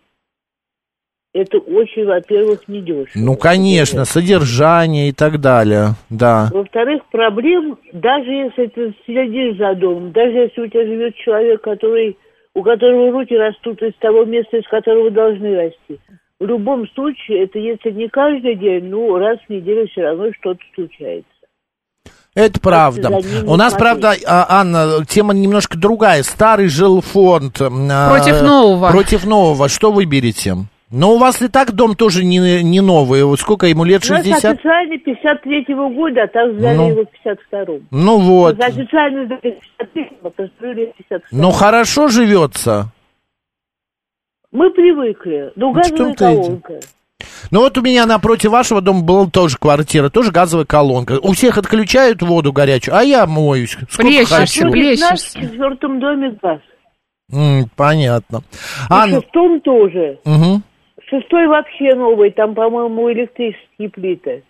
Speaker 7: Это очень, во-первых, недешево.
Speaker 1: Ну, конечно, содержание и так далее. Да.
Speaker 7: Во-вторых, проблем, даже если ты следишь за домом, даже если у тебя живет человек, который, у которого руки растут из того места, из которого должны расти. В любом случае, это если не каждый день, ну, раз в неделю все равно что-то случается.
Speaker 1: Это правда.
Speaker 7: за ним не
Speaker 1: У нас,
Speaker 7: смотреть.
Speaker 1: правда, а, Анна, тема немножко другая. Старый жилфонд. м, а,
Speaker 2: Против нового.
Speaker 1: Против нового. Что выберете? Но у вас и так дом тоже не, не новый. Вот сколько ему лет?
Speaker 7: У нас
Speaker 1: 60?
Speaker 7: официально 53-го года, а там сдали
Speaker 1: Ну.
Speaker 7: его в 52-м.
Speaker 1: Ну вот.
Speaker 7: Вот Официально сдали в 53-м, а построили в 52-м.
Speaker 1: Ну хорошо живется.
Speaker 7: Мы привыкли. Ну,
Speaker 1: Ну,
Speaker 7: газовая
Speaker 1: что-то эти.
Speaker 7: колонка.
Speaker 1: Ну вот у меня напротив вашего дома была тоже квартира, тоже газовая колонка. У всех отключают воду горячую, а я моюсь. Сколько
Speaker 7: А
Speaker 1: хочу.
Speaker 7: то есть у нас в четвертом доме газ.
Speaker 1: М, понятно.
Speaker 7: И
Speaker 1: Анна,
Speaker 7: в шестом тоже.
Speaker 1: мгм.
Speaker 7: Шестой вообще новый, там, по-моему, электрические плиты.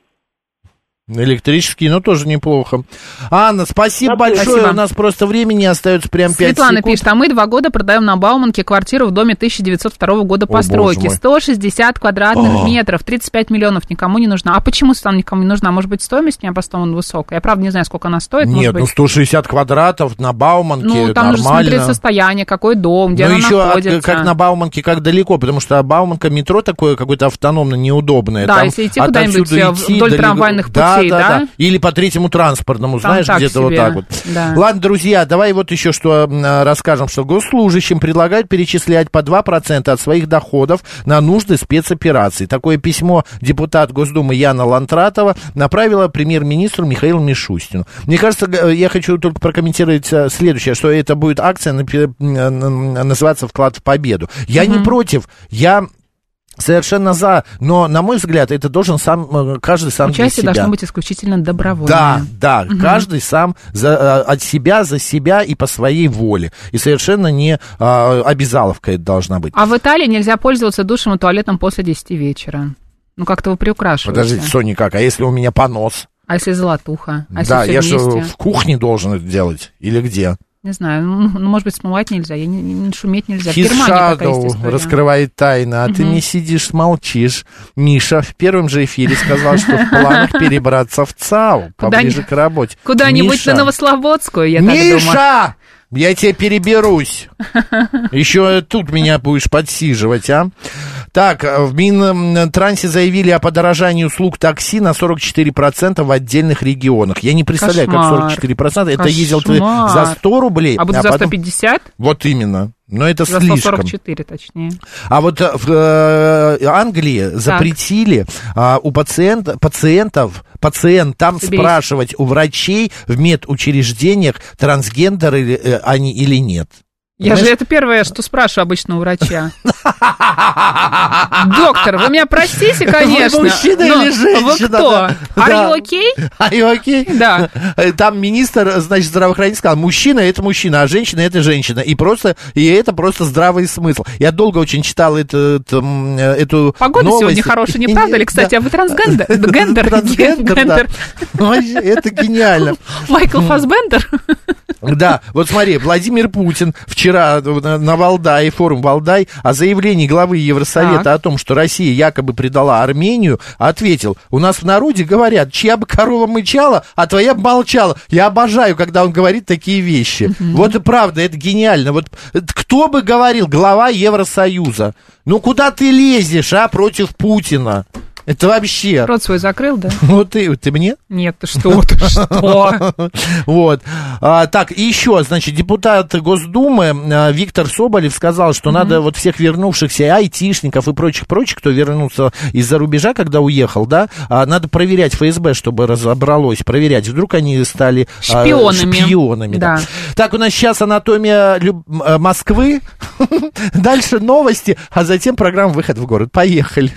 Speaker 1: электрические, но тоже неплохо. Анна, спасибо большое.
Speaker 2: Спасибо.
Speaker 1: У нас просто времени остается прям 5
Speaker 2: Светлана
Speaker 1: секунд.
Speaker 2: пишет, а мы два года продаем на Бауманке квартиру в доме 1902 года
Speaker 1: боже
Speaker 2: постройки.
Speaker 1: мой.
Speaker 2: 160 квадратных
Speaker 1: А.
Speaker 2: метров, 35 миллионов никому не нужна. А почему она никому не нужна? Может быть, стоимость необоснованно высокая? Я правда не знаю, сколько она стоит. может
Speaker 1: Нет, ну
Speaker 2: быть.
Speaker 1: 160 квадратов на Бауманке
Speaker 2: Ну, там нужно смотреть
Speaker 1: нормально.
Speaker 2: состояние, какой дом, где
Speaker 1: Ну,
Speaker 2: она
Speaker 1: еще от-
Speaker 2: находится.
Speaker 1: как на Бауманке, как далеко, потому что Бауманка метро такое какое-то автономно неудобное.
Speaker 2: Да,
Speaker 1: Там
Speaker 2: если идти
Speaker 1: отовсюду
Speaker 2: куда-нибудь, э,
Speaker 1: идти
Speaker 2: вдоль
Speaker 1: далеко.
Speaker 2: трамвайных путей, да?
Speaker 1: Или по третьему транспортному,
Speaker 2: Там
Speaker 1: знаешь,
Speaker 2: так
Speaker 1: где-то вот
Speaker 2: себе,
Speaker 1: так вот.
Speaker 2: да.
Speaker 1: Ладно, друзья, давай вот еще что м, расскажем, что госслужащим предлагают перечислять по 2% от своих доходов на нужды спецопераций. Такое письмо депутат Госдумы Яна Лантратова направила премьер-министру Михаилу Мишустину. Мне кажется, г- э, я хочу только прокомментировать э, следующее, что это будет э, акция, напи- м, э, н- называться «Вклад в победу». Я не против, я Совершенно за, но, на мой взгляд, это должен сам, э, каждый сам для
Speaker 2: Участие
Speaker 1: себя.
Speaker 2: должно быть исключительно
Speaker 1: Да,
Speaker 2: добровольное.
Speaker 1: да,
Speaker 2: Мгм.
Speaker 1: каждый сам за, э, от себя, за себя и по своей воле. И совершенно не э, обязаловка это должна быть.
Speaker 2: А в Италии нельзя пользоваться душем и туалетом после 10 вечера. Ну, как-то вы приукрашиваете.
Speaker 1: Подождите, Соня, как? А если у меня понос?
Speaker 2: А если золотуха? А если
Speaker 1: да,
Speaker 2: всё
Speaker 1: я э, что,
Speaker 2: вместе?
Speaker 1: в кухне должен это делать? Или где?
Speaker 2: Не знаю, ну, ну, может быть, смывать нельзя, я не, не- шуметь нельзя. В
Speaker 1: His
Speaker 2: Германии такая
Speaker 1: shadow
Speaker 2: есть история.
Speaker 1: раскрывает тайны, а ты
Speaker 2: Мгм.
Speaker 1: не сидишь, молчишь. Миша в первом же эфире сказал, что в планах перебраться в ЦАУ, поближе
Speaker 2: Куда-нибудь-
Speaker 1: к работе.
Speaker 2: Куда-нибудь
Speaker 1: Миша,
Speaker 2: на Новослободскую, я так думаю.
Speaker 1: Миша! Я тебе переберусь. Еще тут меня будешь подсиживать, а? Так, э, в Минтрансе заявили о подорожании услуг такси на 44% в отдельных регионах. Я не представляю,
Speaker 2: Кошмар.
Speaker 1: как 44%. Это ездил ты
Speaker 2: Кошмар.
Speaker 1: за 100 рублей,
Speaker 2: А буду за
Speaker 1: потом-
Speaker 2: 150?
Speaker 1: Вот именно. Но это
Speaker 2: за
Speaker 1: слишком.
Speaker 2: 144, точнее.
Speaker 1: А вот э, в э, Англии запретили а, у пациента, пациентов, пациентам
Speaker 2: Соберись.
Speaker 1: спрашивать у врачей в медучреждениях, трансгендеры ли, э, они или нет.
Speaker 2: Я же
Speaker 1: Понимаешь?
Speaker 2: это первое, что спрашиваю обычно у врача. Доктор, вы меня простите,
Speaker 1: Вы
Speaker 2: конечно.
Speaker 1: мужчина
Speaker 2: но
Speaker 1: или женщина?
Speaker 2: Вы кто?
Speaker 1: Да.
Speaker 2: Are
Speaker 1: Да.
Speaker 2: you okay?
Speaker 1: Are you okay?
Speaker 2: Да.
Speaker 1: Э, Там министр, значит, здравоохранения сказал, мужчина это мужчина, а женщина это женщина. И просто, и это просто здравый смысл. Я долго очень читал этот, м, э, эту
Speaker 2: Погода
Speaker 1: новость.
Speaker 2: сегодня хорошая, не правда ли? Кстати, а вы трансгендер? Гендер?
Speaker 1: Трансгендер, да. Ну,
Speaker 2: Гендер.
Speaker 1: Вообще, Это гениально.
Speaker 2: Майкл Фасбендер?
Speaker 1: Да, вот смотри, Владимир Путин вчера на на Валдай, форум Валдай, о заявлении главы Евросовета
Speaker 2: Так.
Speaker 1: о том, что Россия якобы предала Армению, ответил, у нас в народе говорят, чья бы корова мычала, а твоя бы молчала. Я обожаю, когда он говорит такие вещи. Вот и правда, это гениально. Вот э, кто бы говорил, глава Евросоюза, ну куда ты лезешь, а, против Путина? Это вообще...
Speaker 2: Рот свой закрыл, да?
Speaker 1: Вот ты, ты мне?
Speaker 2: Нет, ты что, ты что?
Speaker 1: Вот. А, так, и еще, значит, депутат Госдумы а, Виктор Соболев сказал, что надо вот всех вернувшихся и айтишников и прочих-прочих, кто вернулся из-за рубежа, когда уехал, да, а, надо проверять ФСБ, чтобы разобралось, проверять. Вдруг они стали а,
Speaker 2: Шпионами.
Speaker 1: шпионами, да.
Speaker 2: Да.
Speaker 1: Так, у нас сейчас анатомия люб- м, э, Москвы, дальше новости, а затем программа «Выход в город». Поехали.